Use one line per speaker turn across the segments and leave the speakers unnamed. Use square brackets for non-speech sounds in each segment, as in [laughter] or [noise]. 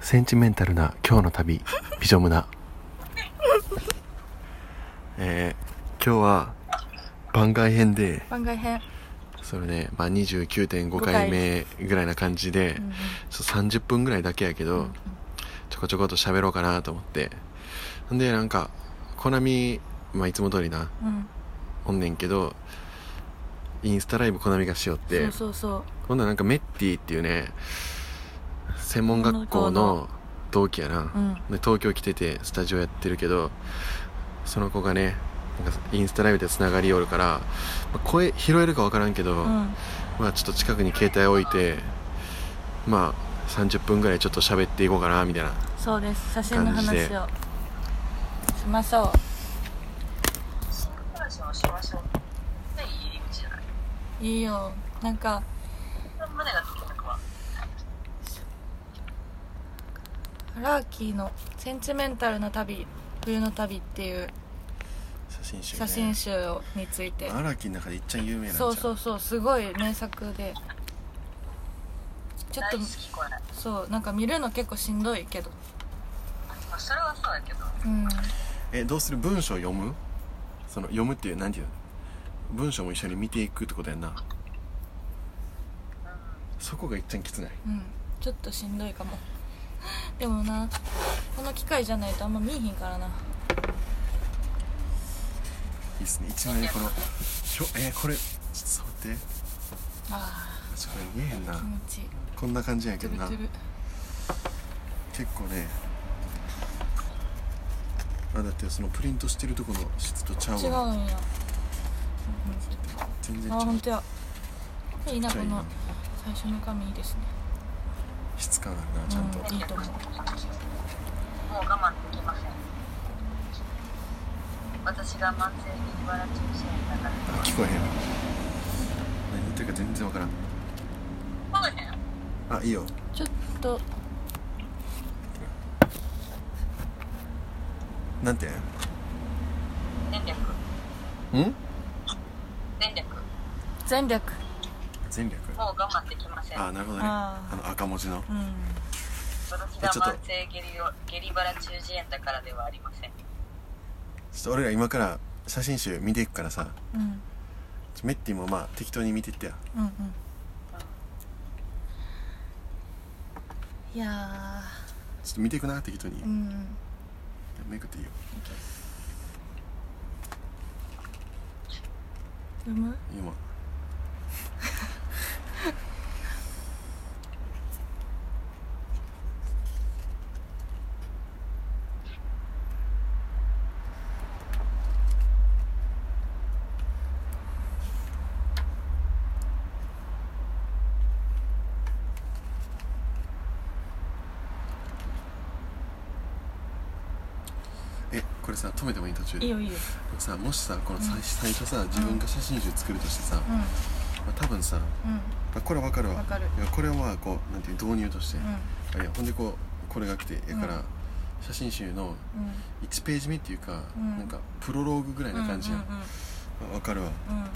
センチメンタルな今日の旅ビジョムナ [laughs] えー、今日は番外編で
番外編、
それね、まあ、29.5回目ぐらいな感じで、
うんうん
ちょっと30分ぐらいだけやけど、
うん
ちょこちょこと喋ろうかなと思ってんでなんかコナミ、まあ、いつも通りな
うん
おんねんけどインスタライブコナミがしよって
そうそうそう
今度はなんかメッティっていうね専門学校の同期やな、
うん
で東京来ててスタジオやってるけどその子がねなんかインスタライブでつながりおるから、まあ声拾えるか分からんけど、
うん
まあちょっと近くに携帯置いてまあ30分ぐらいちょっと喋っていこうかなみたいな
そうです写真の
感じで
話をしましょ
その話をしましょう。ね、いい入り口じゃない。
ういいよなんか
胸がときめくわ。
ラーキーの「センチメンタルな旅冬の旅」っていう
写真集、
写真集をについて
荒木の中でいっちゃん有名
そうそううそうすごい名作でちょっと
大好きこれ。
そうなんか見るの結構しんどいけど
まあ、それはそうだけど。
うん
えどうする文章読むその読むっていう何ていうの文章も一緒に見ていくってことやんなそこがいっちゃんきつない
うんちょっとしんどいかも [laughs] でもなこの機会じゃないとあんま見えひんからない
いっすね一枚目このひょえーこれちょっと触って
あ
それ見えへんな
ー気持ちいい
こんな感じやけど
つる
な
つる
結構ねあだってそのプリントしてるとこの質とちゃう
違う
わ
んや
全然ち
あ
ゃ
ー
う
ほんとやいい
め
な
っち
こ
ゃいいな
の最初の紙いいですね
質感あるなちゃんと、
うんいいと思う
もう我慢できません。私が慢性に茨城中心だから。
あ聞こえへん何言ってるか全然わからん
そうね。
あいいよ
ちょっと
なんて
電力。
ん
電力。も
全略
全略
う我慢できません。
あなるほどね
あ
あ
ー
の赤文字の
うん
私が慢性下痢を下痢バラ中耳炎だからではありません。
ちょっと俺ら今から写真集見ていくからさ
うん
ちょメッティもまあ適当に見てってや
うんうんいや
ちょっと見ていくな適当に
ーうん
めくっていいよ
うむ
今えこれさ止めてもいい途中で
いいよいいよ
さもしさこの最,、最初さ自分が写真集作るとしてさ、ま
う
あ、多分さ
んうん
あこれわかるわ
わかる
いやこれはこうなんていう導入として、
うん
あいやほんでこうこれが来てやから、
うん
写真集の
うん
1ページ目っていうか、
うん
なんかプロローグぐらいな感じやん、
うん
あわかるわ
うん
ほ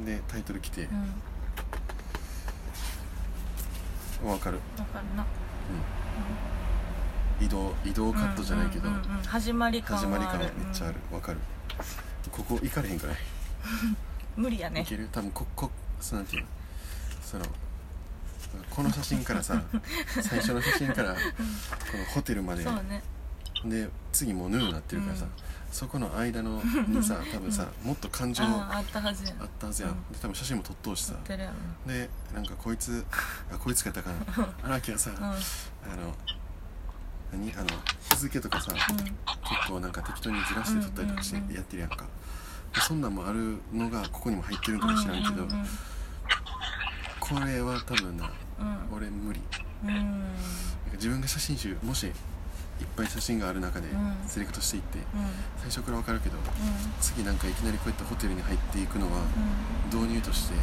んでタイトル来て
うん、うん
わかる
わかるな
移動移動カットじゃないけど、
うんうんうんうん始まり感は
始
ある
まりからめっちゃあるわかるここ行かれへんくない、
うん無理や
い
ね
ける多分ここそのなんていうのそのこの写真から
[laughs]
さ最初の写真からこのホテルまで
そうね
で次もうヌーになってるからさ、
うん
そこの間のに
[laughs]
さ多分さもっと感情
あ
あ
ああったはずやん
ったはずやん、
うん
で多分写真も撮っとうし
知
さ
ってるや
でなんかこいつあこいつがやったかな荒木はさ、
ろ
あの何あの日付とかさ、
うん
結
うん
構なんか適当にずらして撮ったりとかして
うんうんうん
やってるやんか、でそんなんもあるのがここにも入ってるんかもしれんけど、
うんうん
これは多分な
うん
俺無理
うんうん
なんか自分が写真集もしいっぱい写真がある中で
うん
セレクトしていって、
うん
最初から分かるけど次なんかいきなりこうやってホテルに入っていくのは
う
導入として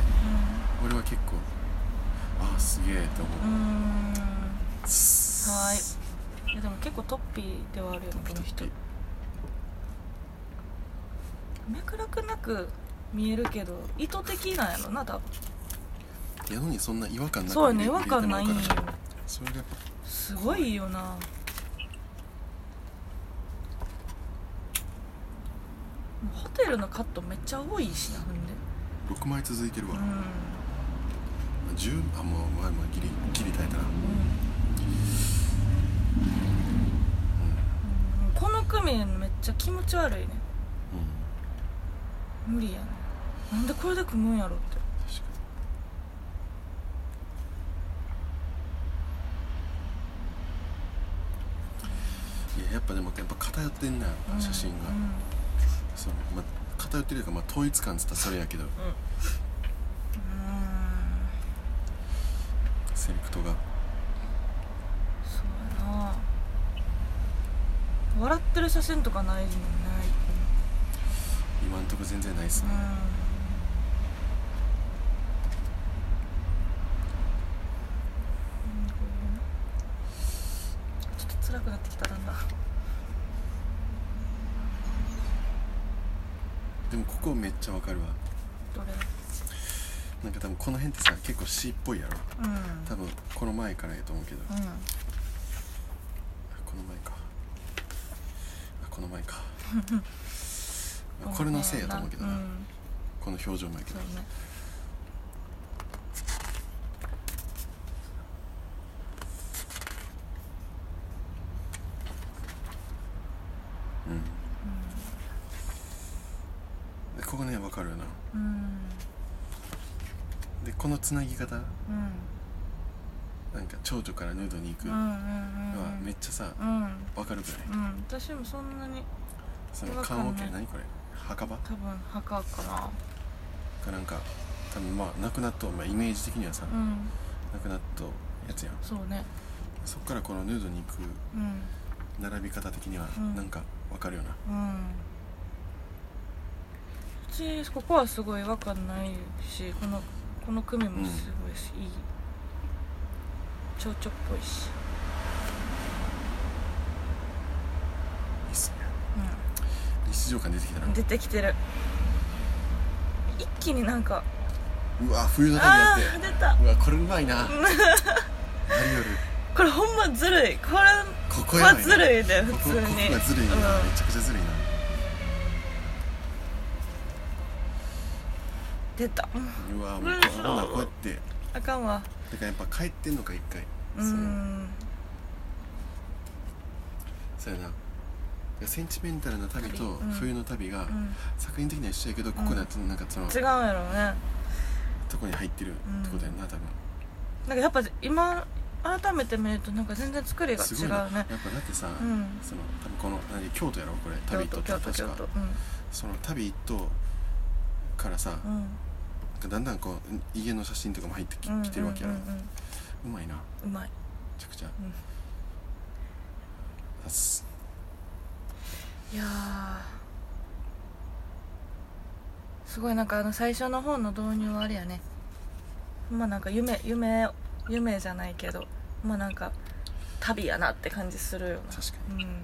俺は結構ああすげえと思う、
んうん
は
うんいやでも結構トッピーではあるよねこの人脈絡なく見えるけど意図的なんやろな多分
やのにそんな違和感なく
そうやね
入
違
れ
和感ないん
入
よ
れてもらうからそれが
すごいよなホテルのカットめっちゃ多いしなほんで
6枚続いてるわ、
うん、うん、
10あもう前もギリギリ耐えたな
うんこの組めっちゃ気持ち悪いね
うん
無理やねなんでこれで組むんやろって
確かにいややっぱでもやっぱ偏ってんな、
うん
写真が、
うん
そのまあ、偏ってるというか、まあ、統一感っつったらそれやけど
うん
セレクトが
そうやな笑ってる写真とかないもんね
今んとこ全然ないっす
う
ね、
んちょっと辛くなってきただんだん
でもここめっちゃわかるわ
どれ
なんか多分この辺ってさ結構 C っぽいやろ
うん
多分この前からやと思うけど、
うん
この前かあこの前
[laughs]
か
ごめんね
これのせいやと思うけどな、
ん
この表情もやけ
そ
ど
うね
うんでここねわかるよな
うん
でこのつなぎ方
うん
なんか長女からヌードに行く
うんう
の
ん
はめ
うん
っちゃさ
うん
わかるくらい
うん私もそんなに
その
わかん
棺
ない
桶何これ墓場
多分墓かな
かなんか多分まあ亡くなっとう、まあ、イメージ的にはさ、
うん
亡くなっとうやつやん
そうね
そっからこのヌードに行く
うん
並び方的には
うん
なんかわかるよな、
うんうちここはすごい違和感ないしこのこの組もすごいし、いい蝶々っぽい
い
し、
いっすね日常感出てきたな
うん、出てきてる一気になんか
うわ冬の旅や
あ
って
あー出た
うわこれうまいな何より
これほんまずるいこれ
ここやば
はい
な
ずるいだよ
ここ
普
こ
通
こ
に
がずるいな、
うん
めちゃくちゃずるいな
出た
うわもう
うん
こんなこうやってだ
あかんわ
からやっぱ帰ってんのか一回
う
その
ん
そうやなだからセンチメンタルな旅と
うん
冬の旅が
うん
作品的には一緒やけどここではなんかその
違うやろうね
とこに入ってるってことやんな多分
なんかやっぱ今改めて見るとなんか全然作りが
すご
違
いなやっ
う
ぱだ
ね
ってさ
うん
その多分この何京都やろこれ
京
旅
都
と
京都
確
京都
かその旅とからさ
うんうん
だんだんこう家の写真とかも入ってき
うん
きてるわけやろ
うんうんうん
うまいなめ
うまい
ちゃくちゃ
ん
あす
いやーすごいなんかあの最初の方の導入はあれやねほんまなんか夢夢夢じゃないけどほんまなんか旅やなって感じするよ
確かに
なうん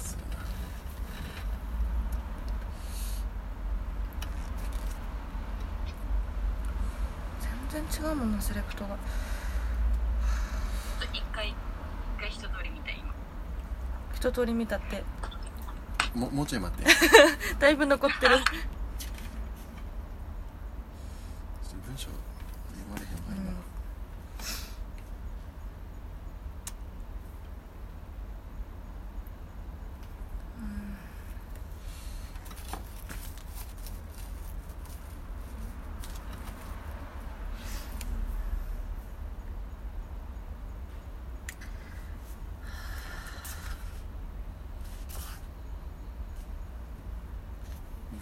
そうやな
全然違うもんなセレクトが
ちょっと一回一回一通り見た今
一通り見たって
ももうちょい待って
だいぶ残ってる
ちょっと文章読まれへんわ今、
うん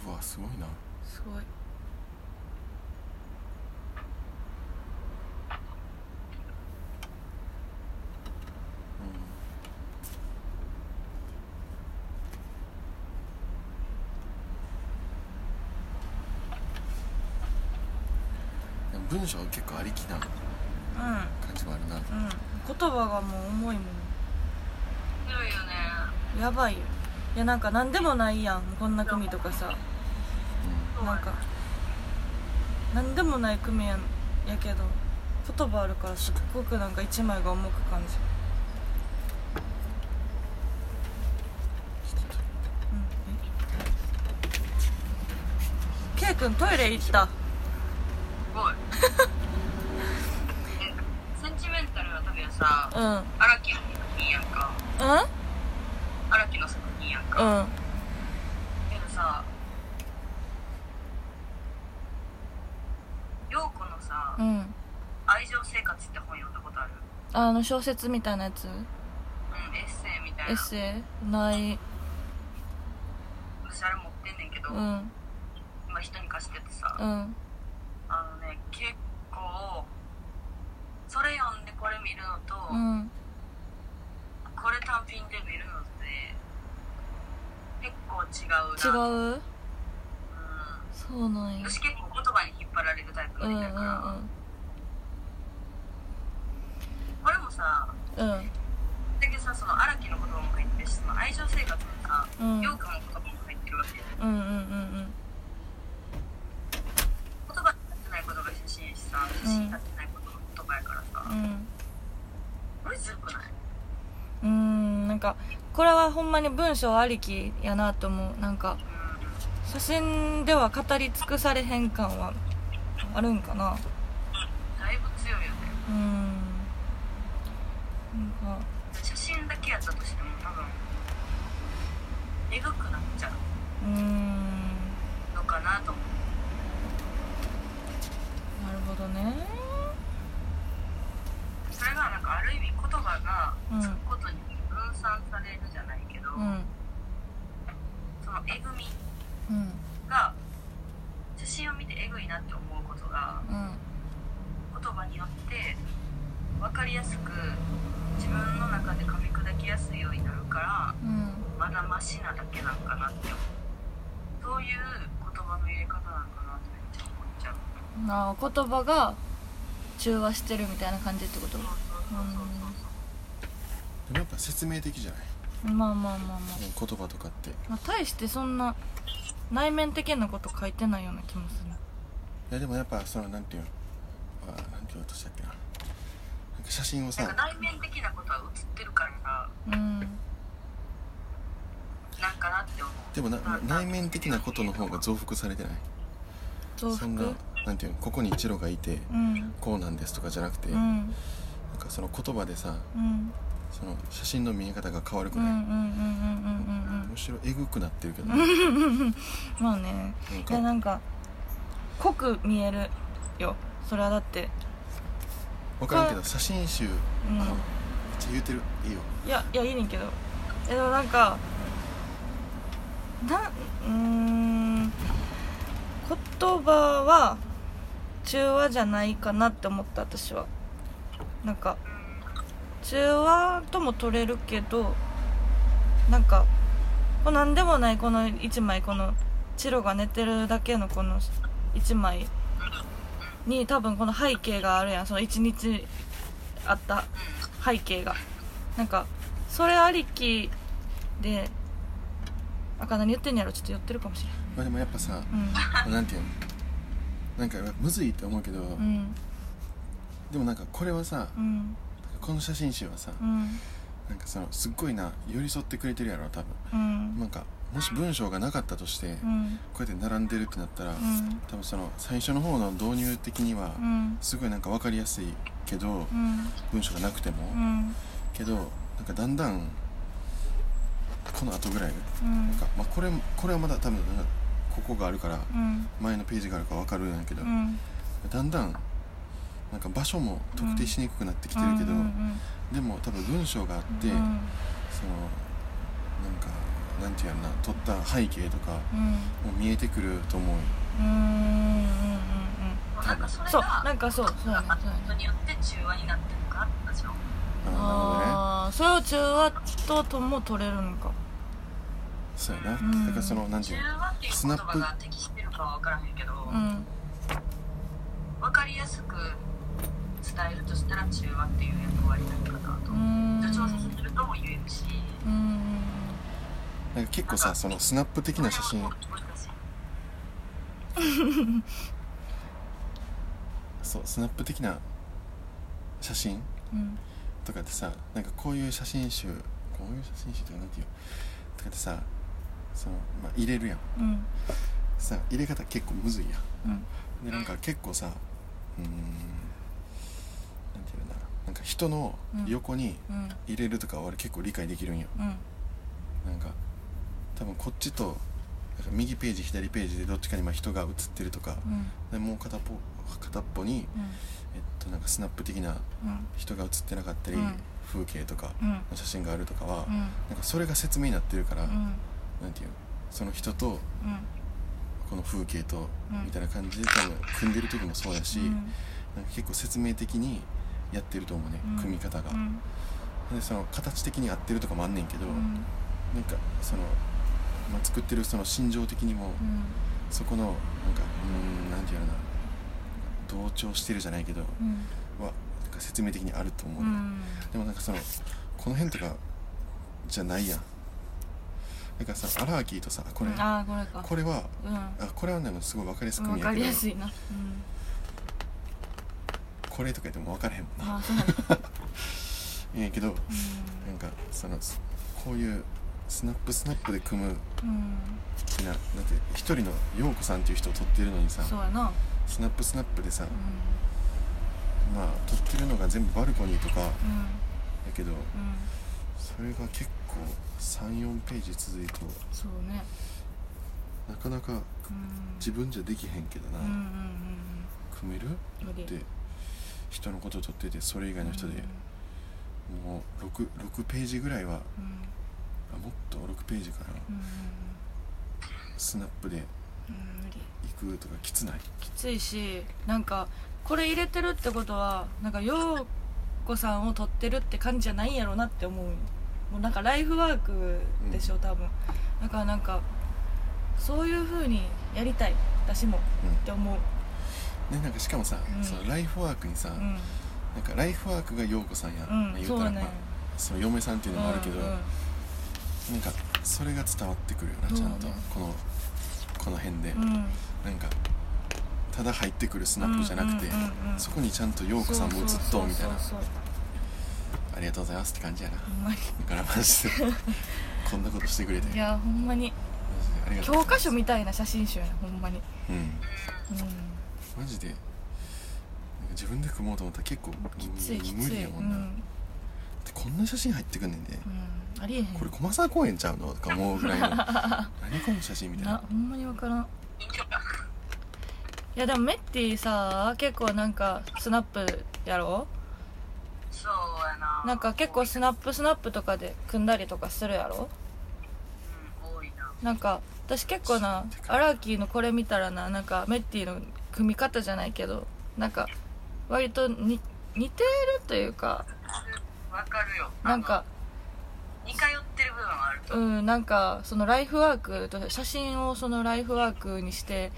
うわすごいな
すごい
でも文章結構ありきな感
う
じもあるな、
んうん言葉がもう重いも
強いよね
んやばいよいやなんか何でもないやんこんな組とかさ
う
なんか何でもない組やんやけど言葉あるからすっごくなんか一枚が重く感じるうんえケイ君トイレ行った
すごい [laughs] えセンチメンタルは多分さ
うんうん
荒木の作品やんか荒木の作品やんか、
うん
でもさ陽子のさ、
うん
愛情生活って本読んだことある
あの小説みたいなやつ
うんエッセイみたい
エッ
な
セイない
私あれ持ってんねんけど、
うん
今人に貸しててさ、
うん
あのね結構それ読んでこれ見るのと、
うん
これ単品で見るのって結構違
違
うな
うそうなん
うん、
や
私結構言葉に引っ張られるタイプ
う
の
んうん
人
う
やから、
ん
これもさ
うん
だけどさその荒木の言葉も入ってるしその愛情生活もさ
うん
陽子、の言葉も入ってるわけで
うんうんうん
言葉に立ってないことが写真やしさ写真に立ってないことが言葉やからさ、
うん
これずるくない
うんなんかこれはほんまに文章ありきやなと思うなんか
う
写真では語り尽くされへん感はあるんかなん
だいぶ強いよね
うんなんか
写真だけやったとしても多分えぐくなっちゃう
うん
のかなと思う
なるほどね
それがなんかある意味言葉が
うん
つくことに分散されるじゃないけど、
うん
そのえぐみ
うん
が写真を見てえぐいなって思うことが
うん
言葉によって分かりやすく自分の中で噛み砕きやすいようになるから
うん
まだマシなだけなんかなって思うそういう言葉の入れ方なのかなってめっちゃ思っちゃう
なあ言葉が中和してるみたいな感じってこと
そうそうそうそうそう
もやっぱ説明的じゃない
まあまあまあま
も
あ、
う言葉とかってい
まあ、大してそんな内面的なこと書いてないような気もする
やでもやっぱそのなんていうのあーなんて言おうとしたっけななんか写真を
なん
さ
か内面的なことは映ってるからさ
うん
なんかなって思う
でもな内面的なことの方が
うん
増幅されてない
増
そ
幅
んななんていうのここにチロがいて
うん
こうなんですとかじゃなくて、
う
なん
ん
かその言葉でさ
うん
その写真の見え方が変わるく
うんうんうんうんうん
らい、
うん
むしろえぐくなってるけど、ね
うんまあね
なん
いやな
か
んか濃く見えるよそれはだって
分からんけど写真集、
うん
あめっちゃ言うてるいいよ
いやいやいいねんけどえでもなんかなうーん言葉は中和じゃないかなって思った私はなんか中和とも取れるけどなんかこう何でもないこの1枚このチロが寝てるだけのこの1枚に多分この背景があるやんその1日あった背景がなんかそれありきであか何言ってんやろちょっと寄ってるかもし
まあでもやっぱさ
れん
なんていうのなんかむずいって思うけど、
うんうん
でもなんかこれはさ
うん
この写真集はさ、
うん
なんかそのすっごいな寄り添ってくれてるやろ多分
うん
なんかもし文章がなかったとして、
う
こ
ん
うやって並んでるってなったら、
うん
多分その最初の方の導入的には、
うん
すごいなんか分かりやすいけど、
うん
文章がなくても、
うん
けどなんかだんだんこの後ぐらいな
うん
んか、まあ、これもこれはまだ多分なんかここがあるから
うん
前のページがあるから分かるんやけど、
うん
だんだんなんか場所も特定しにくくなってきてるけど、
うんうん
でも多分文章があって、
うん
そ
うん
のなんかなんていうやろな撮った背景とかもう見えてくると思うよ
うんうんうん
なんかそ
うん
れ
そう
が
なんかそうそうやねそうや
人
ね
によって中和になってるのかなって私は思う
あ
ああそれを中和ととも取れるのか
あそうやな、
うん
だからそのなんて
中
いうの
和っていう言葉が適してるかは分からへんけど、
うん
分かりやすく伝えるとしたら中和っていう役割なのかなと
う、ん
助長させるとも言えるし
うん
なんか結構さそのスナップ的な写真
それは難しい
そうスナップ的な写真
うん
とかってさなんかこういう写真集こういう写真集って何て言うとかってさその、まあ、入れるやん
うん
さ入れ方結構むずいやん
うん
でなんか結構さうーんなんていうんだろうなんか人の横に
うん
入れるとかは俺結構理解できるんよ
うん
なんか多分こっちとなんか右ページ左ページでどっちかにまあ人が写ってるとか
うん
でもう片っぽ片っぽに、えっと、なんかスナップ的な
うん
人が写ってなかったり、
うん
風景とか
うん
の写真があるとかは、
うん
なんかそれが説明になってるから、
うんうん
なんていうのその人と
うん
この風景と、
うん
みたいな感じで多分組んでる時もそうやし、
うん
なんか結構説明的にやってると思うね、
うん
組み方が、
うん
でその形的に合ってるとかもあんねんけど、
うん
なんかその、まあ、作ってるその心情的にも、
うん
そこのなんかうーんなんていうのかな同調してるじゃないけどは
うん
なんか説明的にあると思う
う
ね、
ん
でもなんかそのこの辺とかじゃないやんだからさアラーキーとさこれ、
ああこれか
これは
う
あこれはでもすごい分かりやすく
んわ
見え
か
る
りや
け
す
ど
いなうん
これとか言っても分からへんもんな
まあそうだね
いやけど
うん
なんかそのこういうスナップスナップで組む
うん
的なだって一人の陽子さんっていう人を撮ってるのにさ
そうやな
スナップスナップでさ
う、ん
まあ撮ってるのが全部バルコニーとかや
うん
けど
うん
それが結構34ページ続いて
そうね
なかなか
うん
自分じゃできへんけどな、
うんうん
組める
うん無理
って人のこと撮っててそれ以外の人で、もう 6, 6ページぐらいは
うん
あもっと6ページかな
うん
スナップで
うん無理
行くとかきつない
きついしなんかこれ入れてるってことはなんか陽子さんを撮ってるって感じじゃないんやろなって思うもうなんかライフワークでしょ、多分だからなんかそういう風にやりたい私もって思う
ねなんかしかもさ、
うん
そのライフワークにさ、
う
な
ん、
んかライフワークが陽子さんや、
うん
まあ言
そう
たら、
ね
まあ、その嫁さんっていうのもあるけど、
うんうん
なんかそれが伝わってくるよな
そう
ちゃ
ね
んと、このこの辺で、
うん
なんかただ入ってくるスナップじゃなくて、
うんうんうん
そこにちゃんと陽子さんも映っとみたいな
そうそうそうそう
ありがとうございますって感じやな
ほんまに
だからマジで
[laughs]
こんなことしてくれて
いやほんまに
マジでありがとうご
教
ざい
科
ます
書みたいな写真集やなほんまに
うん
うん
マジでなんか自分で組もうと思ったら結構
きついきつ
無理
い
や
う
も
ん
んな、でこんな写真入ってくんねんで、
うんありえへん
これ駒沢公園ちゃうのとか思うぐらい
[laughs]
の何この写真みたい
な
な
ほんまにわからん
いいんじゃない
いやでもメッティさ結構なんかスナップやろ
そうやな
なんか結構
うん
スナップスナップとかで組んだりとかするやろ
多いな
なんか私結構なアラーキーのこれ見たらななんかメッティの組み方じゃないけどなんか割とに似てるというか
わかるよ
なんか
あの似通ってる部分はあると
うんなんかそのライフワークと写真をそのライフワークにして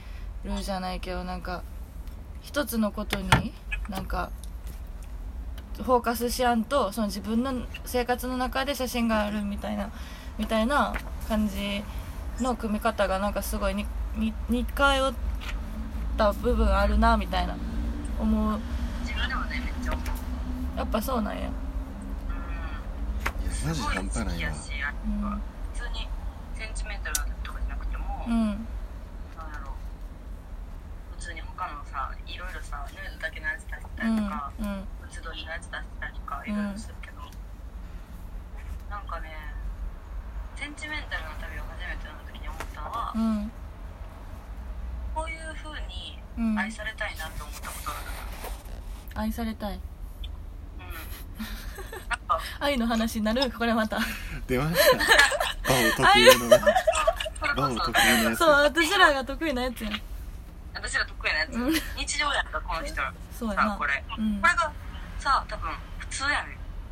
るじゃないけどなんか一つのことになんかフォーカスしやんとその自分の生活の中で写真があるみたいなみたいな感じの組み方がなんかすごいにに似通った部分あるなみたいな思う
自分でもねめっちゃ思う
やっぱそうなんや、
うん
マジで半端ないわ
すご好きやしあ
うん、
の普通にセンチメンタルな時とかじゃなくても、
うん
なんやろ普通に他のさいろいろさヌードだけのやつ出してたりとか、
うんうん
うつどりのやつ出してたりとかいろいろするけど、なんかねセンチメンタルな旅を初めての時に思ったのは、
うん
こういう風に
うん
愛されたいなって思ったことがなかっ
愛されたい
たうんなんか
愛の話になるこれまた
出ましたバオ特有
[laughs]
の
それ
バオ
こそ
特有のやつ
そう私らが得意なやつやん
私ら得意なやつ、
うん
日常やったこの人ら
そうや
さ
な
これ、
うん
これがさ多分普通や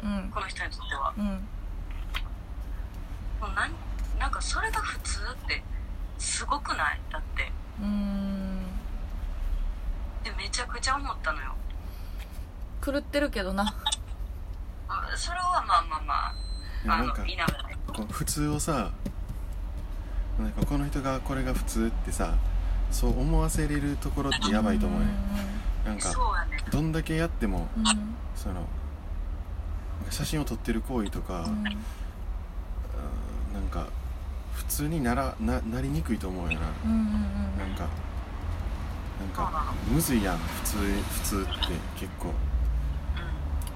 ねん
うん
この人にとっては
うん
もうなんなんかそれが普通ってすごくないだって
うーん
でめちゃくちゃ思ったのよ
狂ってるけどな
あそれはまあまあ
い
ま
や
ああ
なん
の
か
否めない
こう普通をさなんかこの人がこれが普通ってさそう思わせれるところってやばいと思うね
う
なんか
そうやね
どんだけやっても
うん
その写真を撮ってる行為とか、
うん
うんなんか普通にならななりにくいと思うよな、
うん
なんかなん
そうな
か
の
むずいやん普通普通って結構
う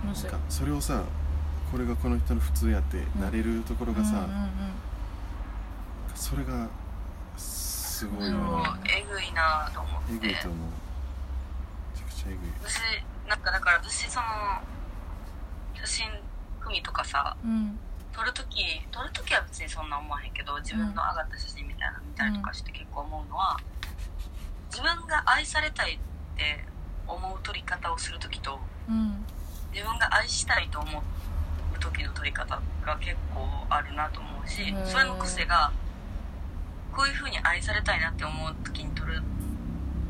うんむず
ないんかそれをさこれがこの人の普通やってなれるところがさ、
うんうんうん
それがすごいよ
んでも
な、
えぐいなと思って
えぐいと思うめちゃくちゃえぐい
私なんかだから私その写真組とかさ
うん
撮るとき撮るときは別にそんな思わへんけど自分の上がった写真みたいなの見たりとかして結構思うのは、自分が愛されたいって思う撮り方をするときと
うん
自分が愛したいと思う時の撮り方が結構あるなと思うし
へー
それの癖がこういう風に愛されたいなって思う時に撮る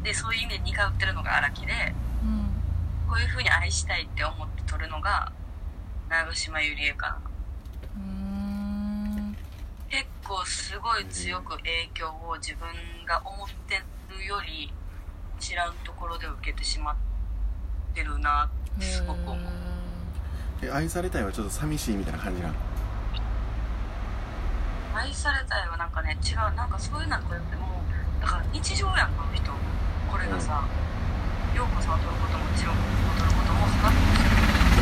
でそういう意味で似通ってるのが荒木で
うん
こういう風に愛したいって思って撮るのが長島ゆりえかな
うーん
結構すごい強く影響を自分が思ってるより知らんところで受けてしまってるなってすごく思う
え愛されたいはちょっと寂しいみたいな感じなの
愛されたいはなんかね違うなんかそういうなんかよってもうだから日常やんこの人これがさ陽子さんを撮ることももちろん僕を撮ることもスタッ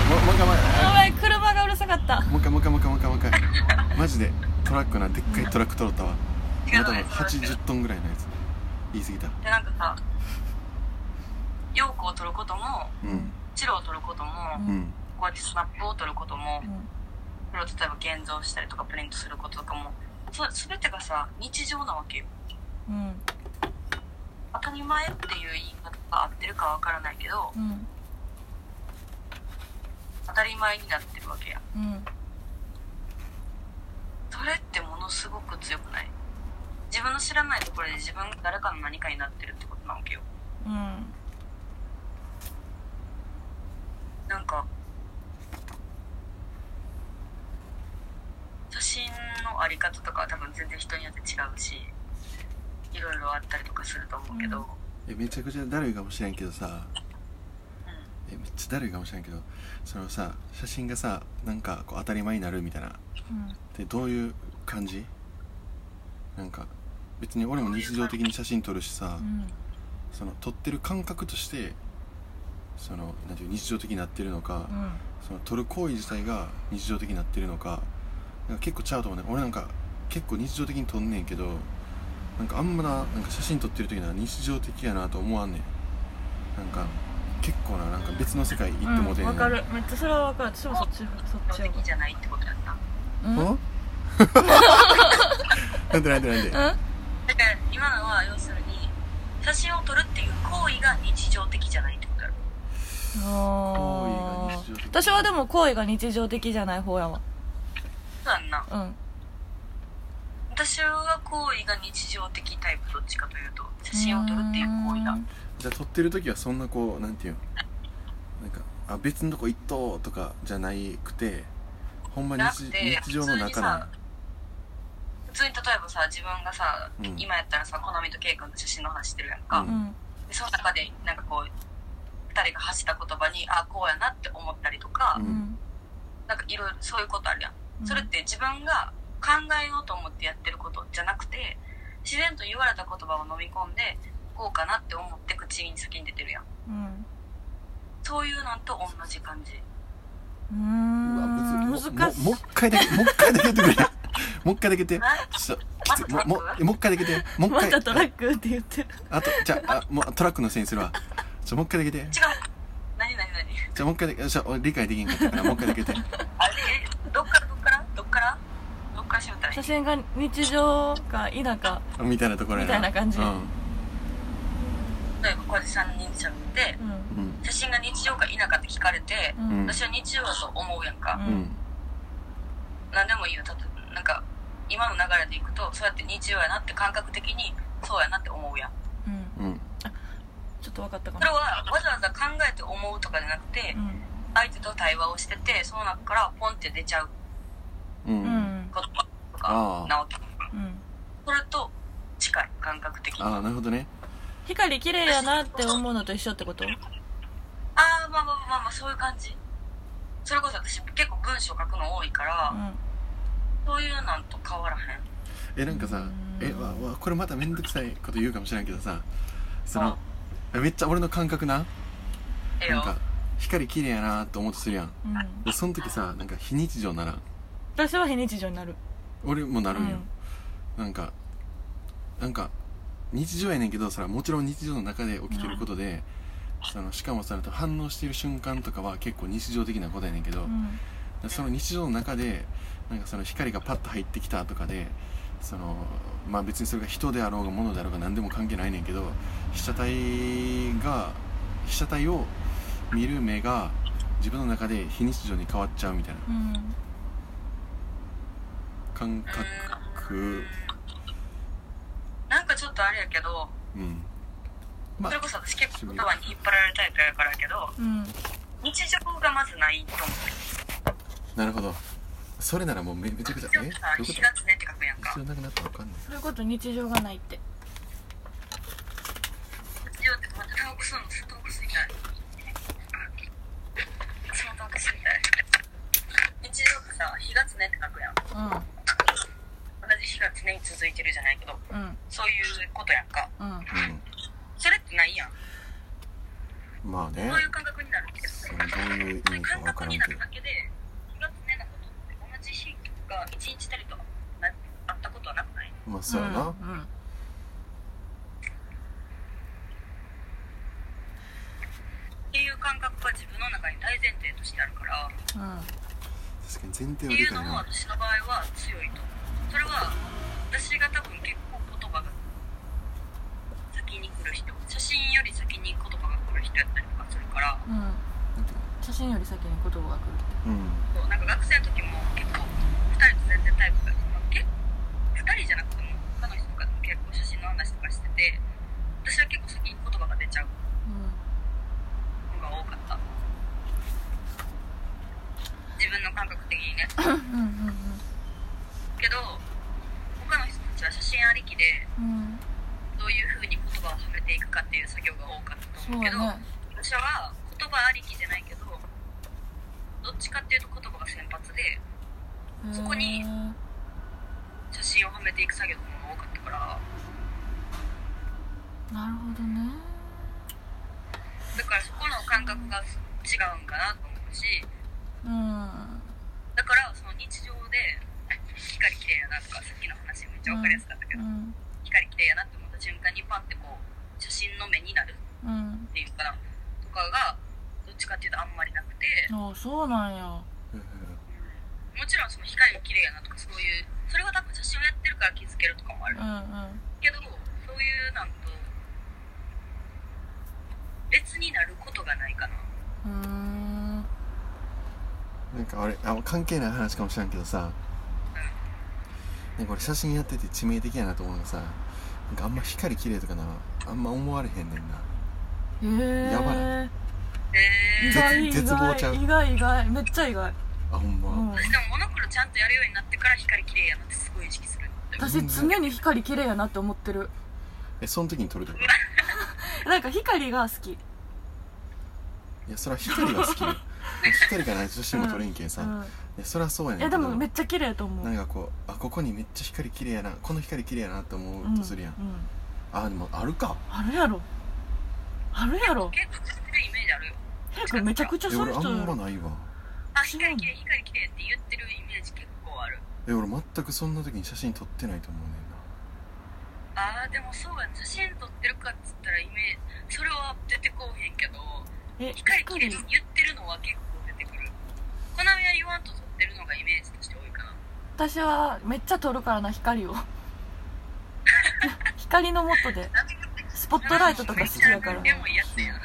フ
ももう一回
やばい車がうるさかった
もう一回もう一回もう一回もう一回もう一回マジでトラックなでっかいトラック取ったわ
して
まだ
ね
80トンぐらいのやつ言い過ぎた
でなんかさ陽子を撮ることも
うん
チロを撮ることも
う
う
ん
ん
こうやってスナップを撮ることも
うん
それを例えば現像したりとかプリントすることとかもそ全てがさ日常なわけよ
うん
当たり前っていう言い方が合ってるかわからないけど
うん
当たり前になってるわけや
うん
それってものすごく強くない自分の知らないところで自分が誰かの何かになってるってことなわけよ
うん
なんか写真のあり方とかは多分全然人によって違うしいろいろあったりとかすると思うけど、
うん
えめちゃくちゃだるいかもしれんけどさ
う
えめっちゃだるいかもしれんけどそのさ写真がさなんかこう当たり前になるみたいなでどういう感じなんか別に俺も日常的に写真撮るしさ、
うん
その撮ってる感覚としてそのなんていう日常的になってるのか、
うん
その撮る行為自体が日常的になってるのかなんか結構ちゃうと思うね俺なんか結構日常的に撮んねんけどなんかあんまななんか写真撮ってる時な日常的やなと思わんねんなんか結構ななんか別の世界行ってもうてんねん
わかるめっちゃそれはわかる私もそっちそっ
ん、
ち
標
よ
的じゃないってことやった
うんうん
ん [laughs] なんでなんでなんで
だから今のは要するに写真を撮るっていう行為が日常的じゃないってことやろ
あー
行為が日常的
私はでも行為が日常的じゃない方やわ
そうやんな
うん
私は行為が日常的タイプどっちかというと写真を撮るっていう行為が
じゃあ撮ってる時はそんなこうなんていうのなんかあ別のとこ行っとうとかじゃないくてほんま
なく
日
て
日常の中な
普通に例えばさ自分がさ、
うん
今やったらさ好みと圭君の写真の話してるやんか、
うん
うん
でその中でなんかこう2人が発した言葉にあこうやなって思ったりとか、
う
うんん
なんかいろいろそういうことあるやん、
うん
それって自分が考えようと思ってやってることじゃなくて自然と言われた言葉を飲み込んでこうかなって思って口に先に出てるやん
うん
そういうのと同じ感じ
うー
うわ
ん
むず
難しい
ももう一回だけもう一回だけ言ってくれもう一回だけ言って
な
ちょっときついもうもうもう一回だけ言ってもう
ま
一
たトラ
回
ックって言ってる
あとじゃああもうトラックのせいにするわちょもう一回だけ
[laughs]
言って
違う何何何
じゃあもう一回だけちょ俺理解できんかったからもう一回だけ言って
あれえどっからどっからどっからどっから閉めたらいい
写真が日常か否か
みたいなところや
[laughs] みたいな感じ
うん
例えばこうやって3人喋って
う
う
ん
ん
写真が日常か否かって聞かれて
う、ん
私は日常だと思うやんか、
うん
うん
何でもいいよ例えばなんか今の流れでいくとそうやって日常やなって感覚的にそうやなって思うやん
うん
うん
ちょっとわかったか
それ
な
はわざわざ考えて思うとかじゃなくて、
うん
相手と対話をしててその中からポンって出ちゃう
う
うん
うん
ん
言葉と
あ
か
ー
なわけ
うん
それと近い感覚的に
ああなるほどね
光綺麗やなって思うのと一緒ってこと
あまあまあまあまあそういう感じそれこそ私結構文章書くの多いから、そういうなんと変わらへん
えなんかさえわわこれまためんどくさいこと言うかもしれんけどさそのえめっちゃ俺の感覚な
ええ
なん
よ
か光綺麗やなと思うとするやん
うん、うん、
でその時さなんか非日常ならん
私は非日常になる
俺もなるんよ、
うん
なんかなんか日常やねんけどそれはもちろん日常の中で起きてることで、そのしかもそれと反応している瞬間とかは結構日常的なことやねんけど、
うん
その日常の中でなんかその光がパッと入ってきたとかでそのまあ別にそれが人であろうが物であろうが何でも関係ないねんけど被写体が被写体を見る目が自分の中で非日常に変わっちゃうみたいな
うん
感
うん
覚
なんかちょっとあれやけど
うんま
それ
あ
こそ私結構言葉に引っ張られるタイプやからやけど
うん
日常がまずないと思う
なるほどそれならもうめめちゃくちゃ
日常
えどう
っ
い
て
うこ
さ
と
日が常って書くやんか
必要なくなったらわかんない
そういうこと日常がないって
日常ってまたタバコ吸うのずっと吸いたいそのタバコ吸いたい日常ってさ日が常って書くやん
う
同じ日が常に続いてるじゃないけど
んうん
そういうことやんか
うん
それってないやん
うんまあね
そういう感覚になるけど
それどういう意味か
感
わから
覚に
ん
な
けど
るだけで気が常なことって同じ日が一日たりともなあったことはなくない
まあそうやな、
うん
っていう感覚が自分の中に大前提としてあるからっ
うん
確かに前提
て
は
いう
でか
の
いな
も私の場合は強いとそれは私が多分結構言葉が先に来る人写真より先に言葉が来る人やったりとかするから
う
な
ん
んていう
写真より先に言葉が来るっ
のうん
て
そうなんか学生の時も結構2人と全然タイプが、まあ、結2人じゃなくても彼女とかと結構写真の話とかしてて私は結構先に言葉が出ちゃうのが多かった自分の感覚的にね
うんうん
けど他の人たちは写真ありきで
うんうん
どういう風に言葉をはめていくかっていう作業が多かったと
そ
思
う
うけ
や
ど
ね
私は言葉ありきじゃないけどどっちかっていうと言葉が先発でそこに
へー
写真をはめていく作業の方が多かったから
なるほどね
だからそこの感覚が違うんかなと思うし
うん
だからその日常で光綺麗やなとかさっきの話めっちゃ分かりやすかったけ
う
ど、
ん
光綺麗やなって思った瞬間にパンってこう写真の目になる
うん
っていうかなとかがどっちかっていうとあんまりなくて
あそうなんや
うん
もちろんその光が綺麗やなとかそういうそれは多分写真をやってるから気づけるとかもあ
う
る
んうん
けどそういうなんと別になることがないかな
うーん
なんかあれあ関係ない話かもしれんけどさなんか俺写真やってて致命的やなと思うのがさなんかあんま光綺麗とかなあんま思われへんねんな
へえ
やばない
意
えー、
外意
絶望ちゃう
外意外意外めっちゃ意外
あほんま、
うん
私でもモノクロちゃんとやるようになってから光綺麗やなってすごい意識するって
私常に光綺麗やなって思ってる
えその時に撮るってこと
なんか光が好き
いやそれは光が好 [laughs] きよ光がないとしても撮れんけんさ、
う
い
ん
やそれはそうや
い
ねん
や
け
で
ど
もめっちゃ綺麗と思う
なんかこうあここにめっちゃ光綺麗やなこの光綺麗やなって思うとするやん、
うんうん
あでもあるか
あるやろあるやろ
結構全然イメージあるよ
ヘイ君めちゃくちゃ
え
そう
俺
いう
あ
人
んま
やろ
ないわ
あ光綺麗光綺麗って言ってるイメージ結構ある
え俺全くそんな時に写真撮ってないと思うねんな
あーでもそうや写真撮ってるかっつったらイメージそれは出てこうへんけど
え
光綺麗
光
に言ってるのは結構出てくるこのみは言わんと撮ってるのがイメージとして多いかな
私はめっちゃ撮るからな光を [laughs] 光のもとでスポットライトとか好きやから
でもいいやつやな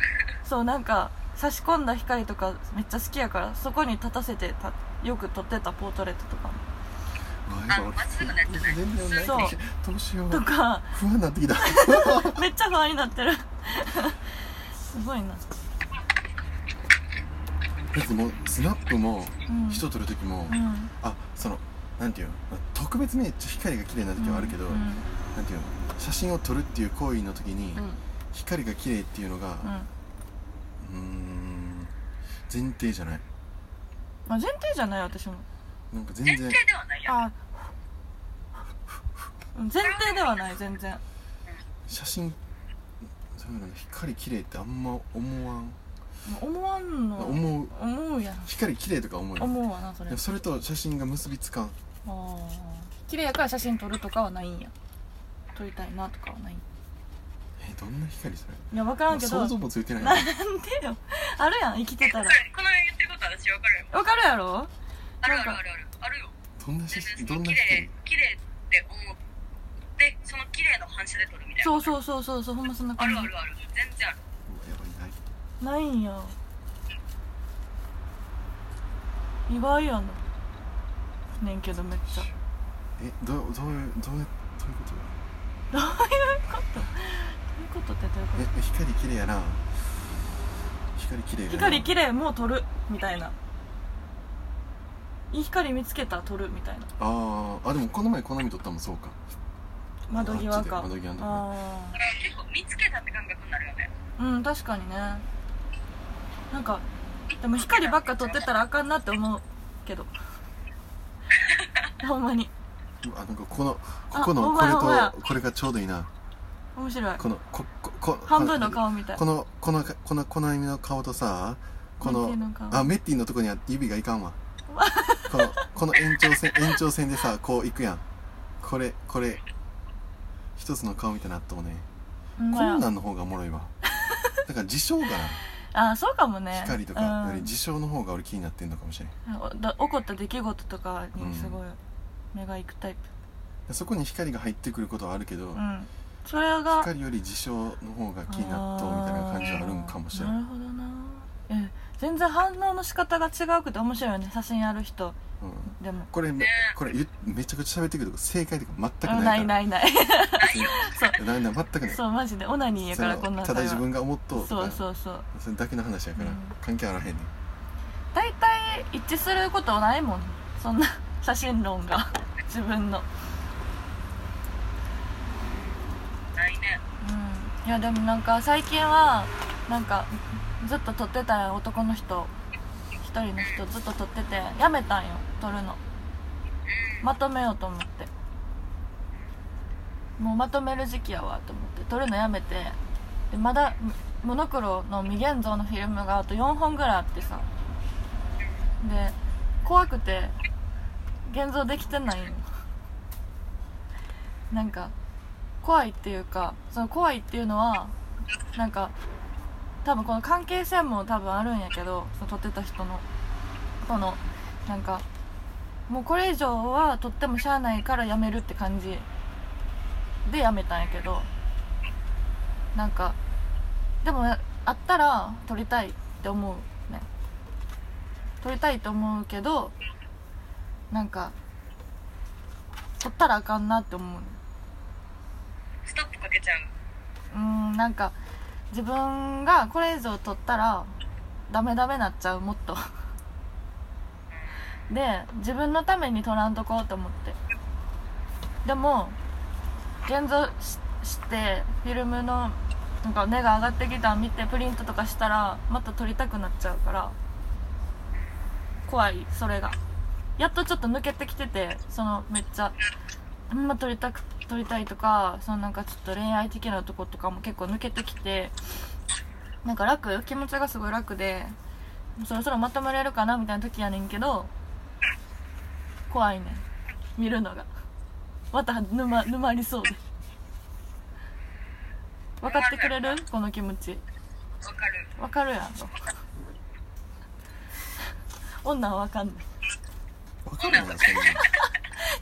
そうなんか差し込んだ光とかめっちゃ好きやからそこに立たせてたよく撮ってたポートレートとか
あ
あまっすぐなやつね
全然ない
そう
どうしよう
とか
[laughs] 不安になってき
[laughs]
た
めっちゃ不安になってるすごいな、
だってもうスナップも
うん、
人撮る時も、
うん
あそのなんていうの特別めっちゃ光が綺麗な時はあるけど、
うん
なんていうの写真を撮るっていう行為の時に、
うん
光が綺麗っていうのが
う
う
ん
ーん前提じゃない
あ前提じゃない私も
なんか
前
全
提
然
ではないやん
あうん前提ではない全然
写真そういうの光綺麗ってあんま思わん、
思わんの
思う
思うやん
光綺麗とか思うよ
思うわなそれ
でもそれと写真が結びつかん
あー綺麗やから写真撮るとかはないんや撮りたいなとかはないい
えどんな光それ
や分からんけど
想像もついてないな
なんでよあるやん生きてたら
えこれこの言ってることは私わかるよ
分かるやろ
あるあるあるあるあるよ
どんな写
全
真ど
然そ
ん
の
な
綺麗
光
綺麗って思ってその綺麗の反射で撮るみたいな
そうそうそうそうそうほんまそんな
あ
感じ
るあるある全然ある
うわやばいない
ないんや意外やなねんけどめっちゃ
えどうどういうどういうどういうこと
どういうことどういうことってどういうこ
ええ光綺麗やな光綺麗や
と
な
光きれいもう撮るみたいないい光見つけたら撮るみたいな
あーあでもこの前好み撮ったのもそうか
窓際か
あっちで窓際のとこ
あ
だから結構見つけたって感覚になるよね
ーうん確かにねなんかでも光ばっか撮ってたらあかんなって思う
[laughs]
けどほんまに
うわなんかこのここの
ほん
こ
ま
れ
やほんまや
とこれがちょうどいいな
面白い
このこここ
半分の顔みたい
このこのこのこの弓の顔とさこの
メッティの顔
あメッティのとこには指がいかんわこのこの延長線延長線でさこういくやんこれこれ一つの顔みたいになっとうね
ほん
こ
まや
んなんの方がおもろいわだから自称
[laughs]
が
あそうかも
な
ね
光と
う
か
ん
より自称の方が俺気になってんのかもしれん
おだ起こった出来事とかにすごい目が行くタイプ
そこに光が入ってくることはあるけど、
うん、それが
光より自称の方が気になっとうみたいな感じはあるんかもしれ
あー
ん
るほどなえ全然反応の仕方が違うくて面白いよね写真ある人
うん
でも
これめ
ね
これゆめちゃくちゃ喋ってくるけど正解とか全くない
うん
か
ない
ら
ないない [laughs]
いやないない全くない
そうマジでオナニーやから
その
こんなん
ただ
会話
自分が思っとうと
そ
か
うそうそう
それだけの話やから、
うん
関係あらへんねん
大体一致することはないもんそんな写真論が [laughs] 自分の
ないね
うんいやでもなんか最近はなんかずっと撮ってた男の人一人の人ずっと撮っててやめたんよ撮るのまとめようと思ってもうまとめる時期やわと思って撮るのやめてでまだモノクロの未現像のフィルムがあと4本ぐらいあってさで怖くて現像できてないよなんか怖いっていうかその怖いっていうのはなんか多分この関係性も多分あるんやけどその撮ってた人のとのなんかもうこれ以上は撮ってもしゃあないからやめるって感じでやめたんやけどなんかでもあったら撮りたいって思うね撮りたいと思うけどなんか撮ったらあかんなって思う
ストップかけちゃ
うー
う
んなんか自分がこれ以上取ったらダメダメなっちゃうもっとで自分のために取らんとこうと思ってでも現像ししてフィルムのなんか根が上がってきたん見てプリントとかしたらまた撮りたくなっちゃうから怖いそれがやっとちょっと抜けてきててそのめっちゃあんま撮りたく撮りたいとかそのなんかちょっと恋愛的なとことかも結構抜けてきてなんか楽気持ちがすごい楽でそろそろまとめれるかなみたいな時やねんけど怖いねん見るのがまた沼沼りそうで分かってくれるこの気持ち
わかる
わかるやんと女はわかんない
わかるやんそんなの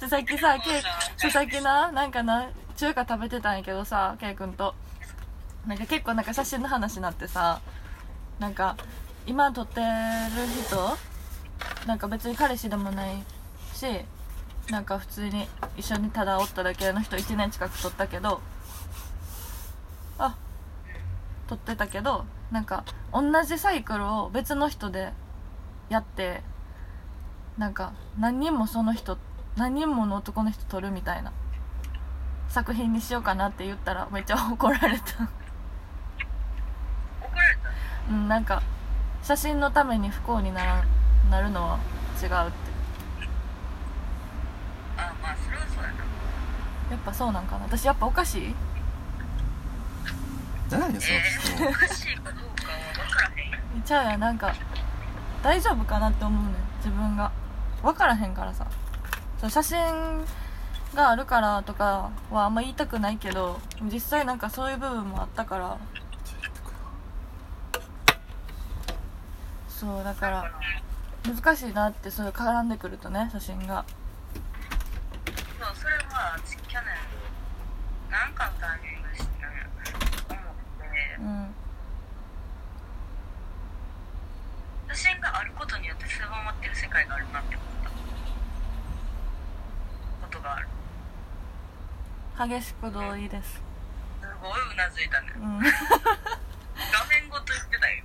で [laughs] さっきさ、
そうなんだ
けい、さっきな、なんかな、中華食べてたんやけどさ、けいくんと。なんか結構なんか写真の話になってさ、なんか、今撮ってる人、なんか別に彼氏でもないし、なんか普通に一緒にただおっただけの人1年近く撮ったけど、あ、撮ってたけど、なんか同じサイクルを別の人でやって、なんか何人もその人何人もの男の人撮るみたいな作品にしようかなって言った [laughs] らめっちゃ怒られた
怒られ
う
た
んなんか写真のために不幸にならなるのは違うって
あまあそれはそうやな
やっぱそうなんかな私やっぱおかしい
何やねんその質問
おかしいかどうかは分からへん
ちゃうやんなんか大丈夫かなって思うねん自分が分からへんからさそう写真があるからとかはあんま言いたくないけど実際なんかそういう部分もあったからそうだから難しいなってそういう絡んでくるとね写真が
そうそれは去年なんかのタイミングでしたね思って
うん
写真があることによって狭まってる世界があるなって思ったことがある
激しく同意です
すごいうなずいたね
うんい
画面ごと言ってたよ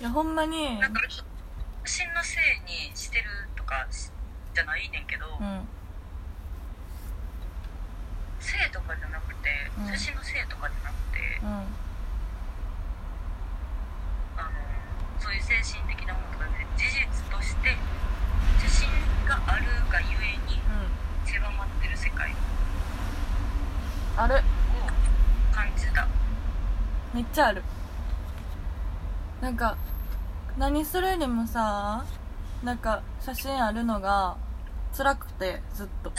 今
やほんまに
なんか写真のせいにしてるとかしじゃないねんけど、
うん
せいとかじゃなくて
うん
写真のせいとかじゃなくて、
うん
あのそういう精神的なものとかで事実として写真があるがゆえに
う
狭まってる世界を
んある
感じた
めっちゃあるなんか何するよりもさなんか写真あるのが辛くてずっと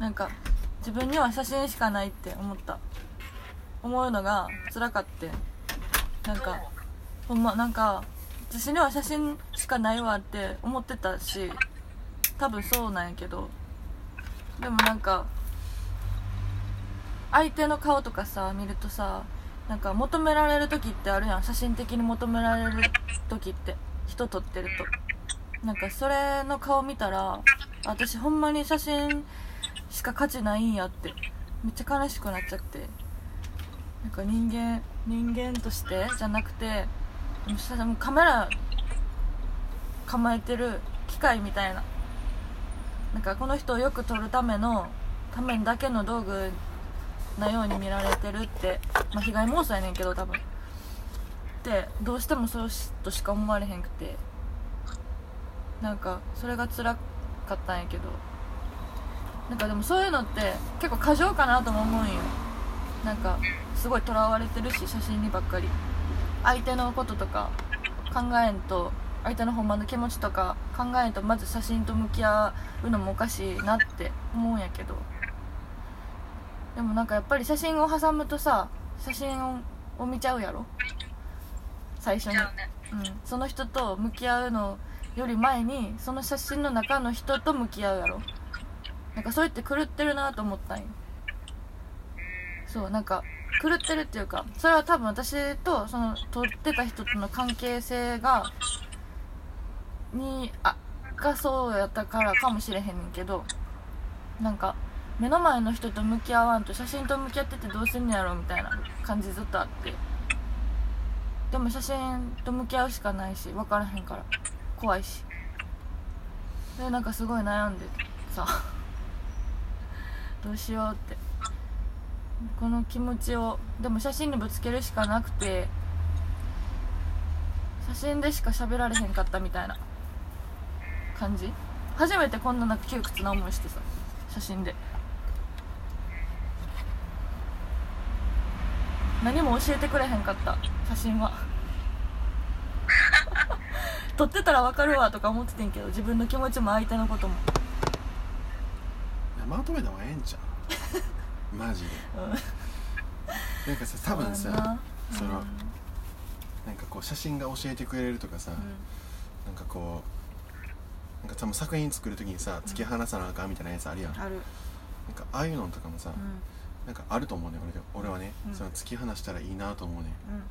なんか自分には写真しかないって思った思うのが辛かってなん
そう
かほんまなんか私には写真しかないわって思ってたし多分そうなんやけどでもなんか相手の顔とかさ見るとさなんか求められる時ってあるやん写真的に求められる時って人撮ってるとなんかそれの顔見たら私ほんまに写真しか価値ないんやってめっちゃ悲しくなっちゃってなんか人間人間としてじゃなくてもうそれもうカメラ構えてる機械みたいななんかこの人をよく撮るためのためだけの道具なように見られてるって、まあ、被害妄想やねんけど多分ってどうしてもそうしとしか思われへんくてなんかそれが辛かったんやけどなんかでもそういうのって結構過剰かなとも思うんよなんかすごいとらわれてるし写真にばっかり相手のこととか考えんと相手のほんまの気持ちとか考えんとまず写真と向き合うのもおかしいなって思うんやけどでもなんかやっぱり写真を挟むとさ写真を見ちゃうやろ最初に
じゃあね
うん、その人と向き合うのより前にその写真の中の人と向き合うやろなんかそれって狂ってるなと思ったんよそうなんか狂ってるっていうかそれは多分私とその撮ってた人との関係性がにあがそうやったからかもしれへんねんけどなんか目の前の人と向き合わんと写真と向き合っててどうすんのやろみたいな感じずっとあってでも写真と向き合うしかないし分からへんから怖いしでなんかすごい悩んでさ [laughs] どうしようってこの気持ちをでも写真にぶつけるしかなくて写真でしか喋られへんかったみたいな感じ初めてこんななんか窮屈な思いしてさ写真で何も教えてくれへんかった写真は撮ってたら分かるわとか思っててんけど自分の気持ちも相手のことも
いやまとめた方がええんちゃうマジで、なんかさ多分
そうや
さ
な
そのなんかこう写真が教えてくれるとかさ、なんかこうなんか多分作品作る時にさ突き放さなあかんみたいなやつあるやん、
うんある
なんかああいうのとかもさ、
う
なんかあると思うね俺で俺はね、
うん
その突き放したらいいなと思うね
んうん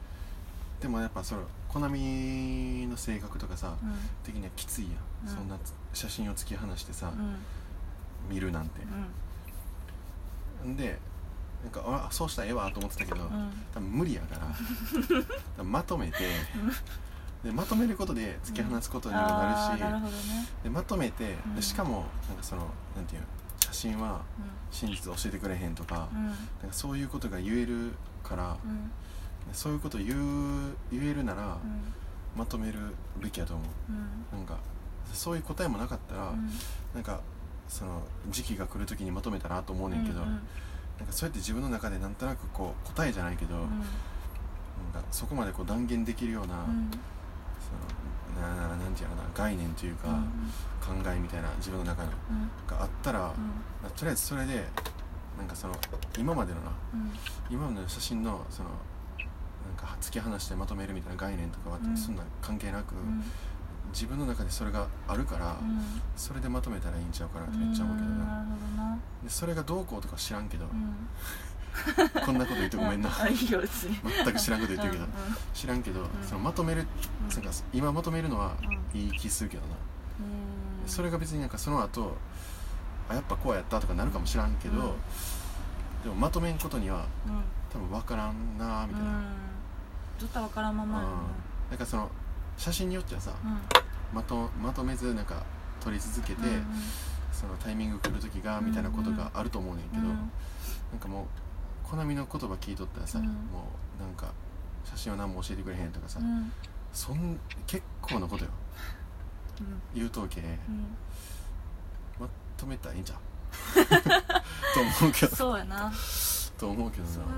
でもやっぱその好みの性格とかさ、
うん
的にはきついやん、
うん
そんなつ写真を突き放してさ、
うん
見るなんて、ん、でなんかあそうしたらええわと思ってたけど、
うん
多分無理やから
[laughs]
多分まとめてでまとめることで突き放すことにもな
あ
る
ー
し、
なるほどね
でまとめて、
うん
でしかもなんかそのなんていうの写真は真実を教えてくれへんとか,、
うんうん
なんかそういうことが言えるから、
うん
そういうこと言う言えるなら、
うん
まとめるべきやと思
うん
うなんかそういう答えもなかったら、
うん
なんかその時期が来る時にまとめたなと思うねんけど、
うんうん
なんかそうやって自分の中でなんとなくこう答えじゃないけど、
うん
なんかそこまでこう断言できるような、
うん
そのななんていうのかな概念というか、考えみたいな自分の中の
うん
があったら、
うん
まあとりあえずそれでなんかその今までのな
うん
今までの写真のそのなんか突き放してまとめるみたいな概念とかは、
うん
そんな関係なく、
うん
自分の中でそれがあるから、
うん
それでまとめたらいいんちゃうかなって
うん
めっちゃ思うけど
な
な、
るほどな
でそれがどうこうとか知らんけど、
うん
こんなこと言ってごめんな
あいいよ別に
全く知らんこと言ってるけど、
うん
知らんけど、そのまとめる、
うん
なんか今まとめるのは
う
いい気するけどな、
うんうん
それが別になんかその後あやっぱこうやったとかなるかもしらんけど、
うん
でもまとめんことには
うん
多分分からんなーみ
う
たいな、うん
んずっとわからんままやな
なんかその写真によってはさ
うん
まとまとめずなんか撮り続けて、
うん
そのタイミング来る時がみたいなことがあると思うねんけ
う
ど、
ん
なんかもう好みの言葉聞いとったらさ、
うん
もうなんか写真は何も教えてくれへんとかさ、
うんうん
そん結構なことよ
うん
言うとうけ
うん
まとめたらいいんち
[laughs]
ゃうと思うけど
そうやな
と思うけど
そ
な
れ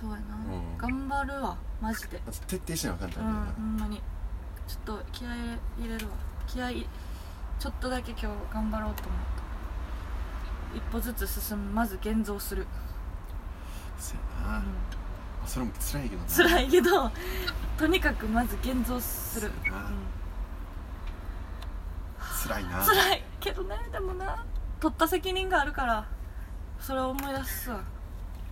そうやな、
うん
頑張るわマジで
徹底しなあかん
う
た
ん
らね
ほんまにちょっと気合い入れるわ気合いちょっとだけ今日頑張ろうと思った一歩ずつ進むまず現像する、
そう
う
やな、
ん、
それも辛いけどな
辛いけどとにかくまず現像する、
そうやな
う、
辛いなん
辛いけどねでもな取った責任があるからそれを思い出すわ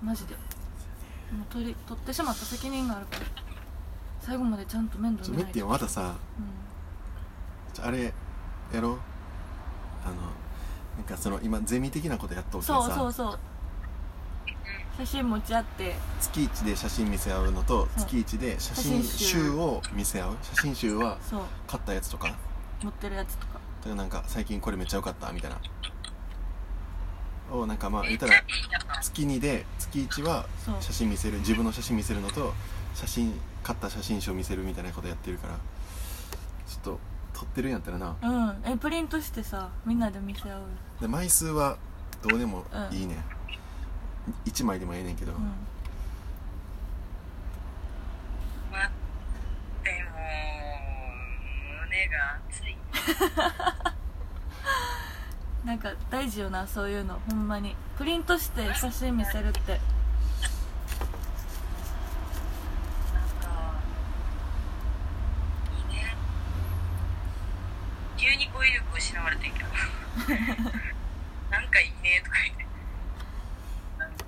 マジでもう取り取ってしまった責任があるから最後までちゃんと面
ち
倒
ょ
見
メ
な
ッ
い
ティ
と
ンまたさちょあれやろうあのなんかその今ゼミ的なことやっと
う、
うんけど
そうそう
さ
そう写真持ち合って
月一で写真見せ合うのと
そう
月一で写真
写真集
集を見せ合う写真集は
そう
買ったやつとか
持ってるやつとか
だからなんか最近これめっちゃ良かったみたいなをなんかまあ言ったら月2で月1は
そう
写真見せる自分の写真見せるのと写真買った写真集を見せるみたいなことやってるからちょっと撮ってるんやったらな
うんえプリントしてさみんなで見せ合う
で枚数はどうでもいいね、ん、1枚でもええねんけど、
うん
待ってもう胸が熱い
なんか大事よなそういうのほんまにプリントして写真見せるって
なんかいいね急に語彙力失われてんけどなんかいいねとか言って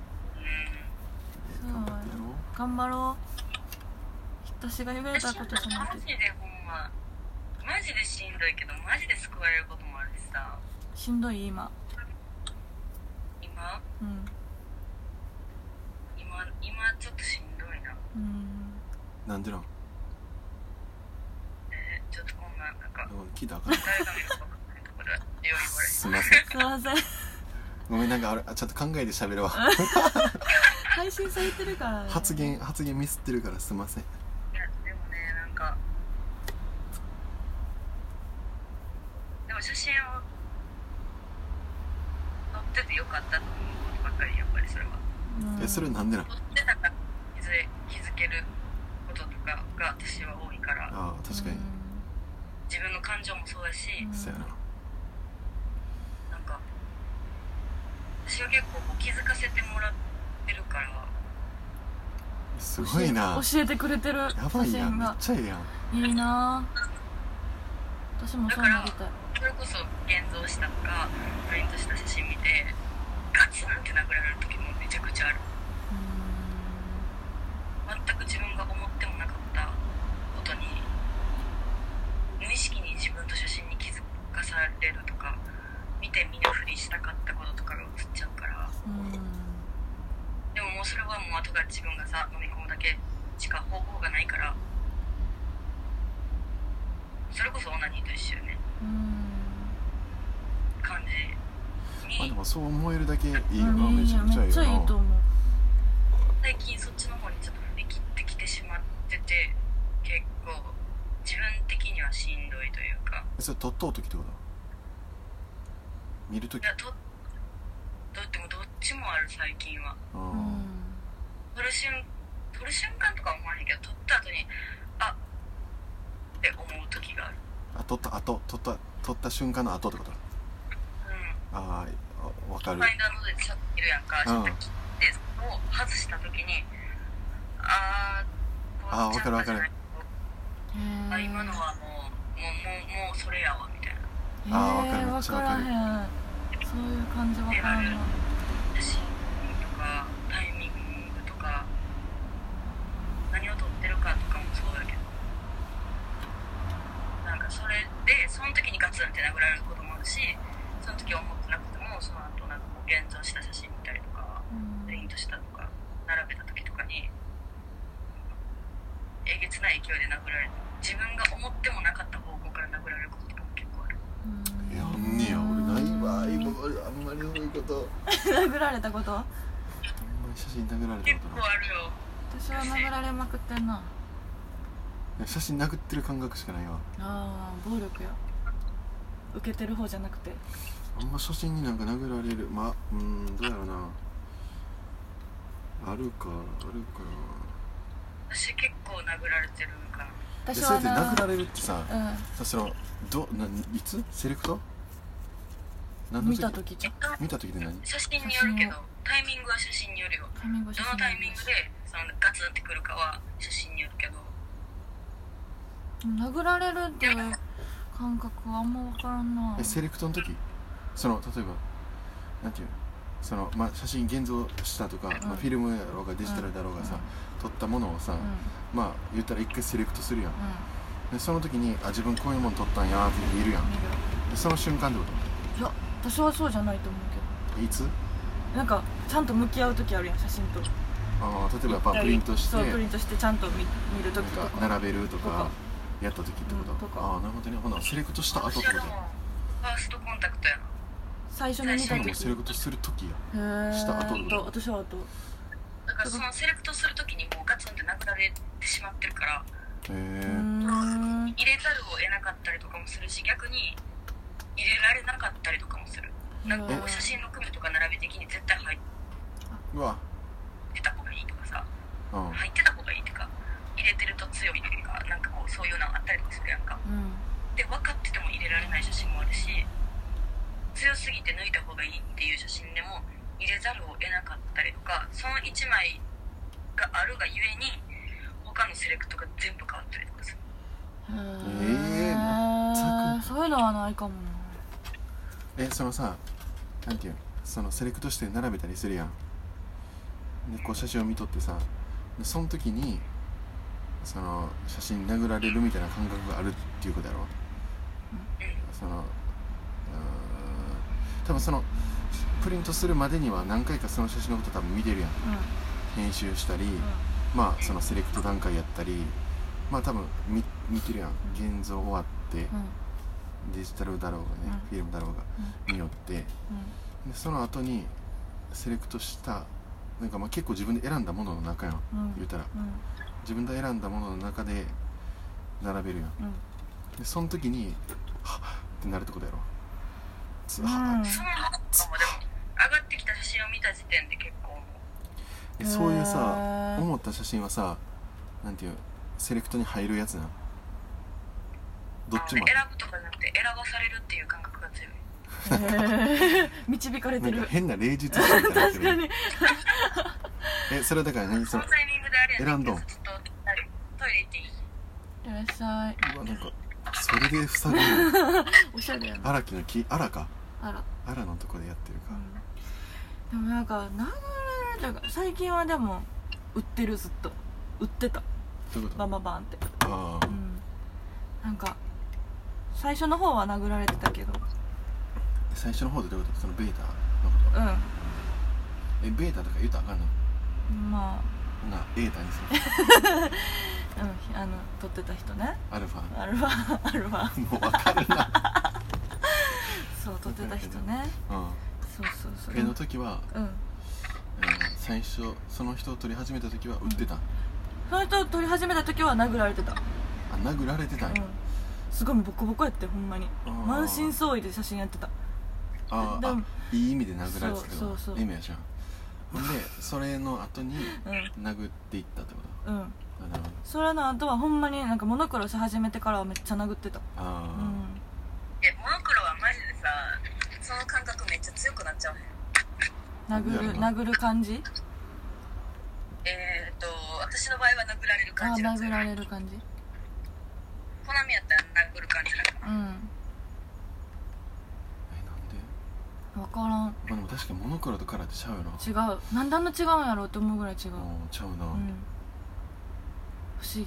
そ
うん
う
頑張ってやろう
頑張ろう私が言えた
しん
ことじゃな
マ
く
ジ
て
でほんまマジでしんどいけどマジで救われることもあるしさ
しんどい今
今
うん
今今ちょっとしんどいな
うん
なんでなん
えちょっとこんななんか
聞いたらあかん
誰が見るか分かんないところで言われ
すいません
すいま
[laughs]
せん
ごめんなんかあれあちょっと考えて喋るわ
配信されてるから、ね、
発言発言ミスってるからすいません
いやでもねなんかでも写真を撮っててよかったと思うことばっかりやっぱりそれは
うん
えそれなんでなん
撮ってたから気づ気づけることとかが私は多いから
ああ確かに、
自分の感情もそうだし
うん
そうやな
なんか私は結構こう気づかせてもらってるから
すごいな
教えてくれてる
やばいや
写
んめっ
真が
ちゃええやん
いいなぁ私もそうなりたい
それこそ現像したとかプリントした写真見てガチなんて殴られる時もめちゃくちゃある
う
全く自分が思ってもなかったことに無意識に自分と写真に気づかされるとか見て見ぬふりしたかったこととかが映っちゃうから
ーんうん
でももうそれはもう後が自分がさ飲み込むだけしか方法がないからそれこそオナニーと一緒よね
うん
感じ
まあ
に
でもそう思えるだけいいよな、
うん
めちゃくちゃいい
めっ
よ
ちゃいいと
な
思う
最近そっちの方にちょっと振り切ってきてしまってて結構自分
撮っとう時ってこと見る時
いやどどでもどっちもある最近は
あー
撮る瞬撮る瞬間とかは思わへんけど撮った後にあって思う時がある
あ撮った後撮った撮った瞬間の後ってこと
うん
あーあわか
フ
る
ァインダーの上でシャッと切るやんか、シャッ
うん
と切ってそこを外した時にあー
あーわかるわかる
あ今のはもうもうもうもうそれやわみたいな
あーわかるめっ
分
ちゃ
か
わ
ら
か
へ
る
んそういう感じ分からんな
写真とかタイミングとか何を撮ってるかとかもそうだけどなんかそれでその時にガツンって殴られることもあるしその時は思ってなくてもその後なんかこう現像した写真見たりとかプリントしたとか並べた時とかにえげつない勢いで殴られる自分が思ってもなかった方向から殴られることとかも結構ある
うん
やんねや俺ないわ今まであんまりそういうことあんま
[laughs] 殴られたこと
り写真殴られ
結
たこと
構
ない
あるよ
私は殴られまくってんない
や写真殴ってる感覚しかないわ
ああ暴力や受けてる方じゃなくて
あんま写真になんか殴られるまあうーんどうやろうなあるかあるかな
私結構殴られてるかな
で
私
それ
は
って
な
殴られるってさ
う
さそのどないつセレクト何
ん
の
見
時
た時じゃん
見た時で何
写真によるけどタイミングは写真によるよ
神越し
どのタイミングでそのガツンってくるかは写真によるけど
殴られるっていう感覚はあんま分からんな
えセレクトの時その例えばなんていうのそのまあ写真現像したとか、まあ、フィルムやろうがデジタルだろうがさ、撮ったものをさ、
うん
まあ言ったら一回セレクトするやん
う
でその時にあ自分こういうもん撮ったんやーって見るやん
ん見る
でその瞬間ってこ
いや私はそうじゃないと思うけ
といつ
どなんかちゃんと向き合う時あるやん写真と
あー例えばやっぱプリントして
そうプリ
な
ントしてちゃんと見見る
ん
時と
か
か
並べると
と
か
か
やった時ってこと、
うんとか
ああなるほどねほなセレクトした後っ
私
て
は
こと
でも
や
ファーストコンタクトやな
最初に見
したか
時
もセレクトする時や
へえ
した後の
私はあと
だからそのセレクトする時にもうガツンって殴られてしまってるか
へ
ら
え
うーん
入れざるを得なかったりとかもするし逆に入れられなかったりとかもするなんかこう写真の組とか並べ的に絶対入っ
うわ
てた方がいいとかさ
うんうん
入ってた方がいいとか入れてると強いとかなんかこうそういうのあったりとかするやんか
うん
で分かってても入れられない写真もあるし強すぎて抜いた方がいいっていう写真でも入れざるを得なかったりとかその1枚があるがゆえに他のセレクトが全部変わったりとかする
えー全く
そういうのはないかもな
えそのさなんていうのそのセレクトして並べたりするやんでこう写真を見とってさでその時にその写真殴られるみたいな感覚があるっていうことやろそのうーん多分そのプリントするまでには何回かその写真のこと多分見てるやん編集したり、まあそのセレクト段階やったりまあ多分見見てるやん現像終わって
うんうん
デジタルだろうがね、フィルムだろうが、によってでその後にセレクトしたなんかまあ結構自分で選んだものの中やん
うん
言うたら
うん
自分で選んだものの中で並べるやん
うん
でその時にはっってなるってことやろつ
うん
は
そのままでも上がってきた写真を見た時点で結構もう
えそういう
へ
さ
ー
思った写真はさなんていうセレクトに入るやつなんどっちも
あの選ぶとかじゃなくて選ばされるっていう感覚が強い
導かれ
な
て
んか
る
変な霊術師みたいになって
確
る
かに
えそれだから何
そ
そ
の
れ
タイミングであれや
選んどん
ちょっとトイレ行っていい
いらっしゃいう
わなんかそれで塞ぐの
おしゃれやな
荒木の木荒か
あら
荒のとこでやってるか、
でもなんか殴られるというか最近はでも売ってるずっと売ってた
どういうこと
バンバンバンって
あ
う
ー
んなんか最初の方は殴られてたけど
最初の方でどういうことそのベータのこと
う
えベータとか言ったらあかんの
んま
ほなエータにする
あうんあの撮ってた人ね
アル
[laughs]
ファ
アルファアルファ
もう分かるな
そう撮ってた人ね
う
そうそうそ
ん
う
ペの時は、
うん
えー最初その人を撮り始めた時は売ってたん、
その人を撮り始めた時は殴られてた、うん、
あ殴られてたんや、
すごいボコボコやってほんまに
あー
満身創痍で写真やってた
あー
でも
あいい意味で殴られてたけ
そ
ど
うそうそう
意味やじゃんほんでそれの後に殴っていったってこと
うんう
あ
ん
なるほど
それの後はほんまになんかモノクロし始めてからはめっちゃ殴ってたう
あ
ん
えモノクロはマジでさその感覚めっちゃ強くなっちゃうねん
殴る殴る感じ
えー、っと私の場合は殴られる
あ
感じなんです
殴
よ
られる感じ
コナミやったら殴る感じなんかな
うん
あえなんで
分からん
まあでも確かにモノクロとカラーってちゃうよな
違うなんであんな違うんやろうって思うぐらい違ううん
うんちゃうな、
不思議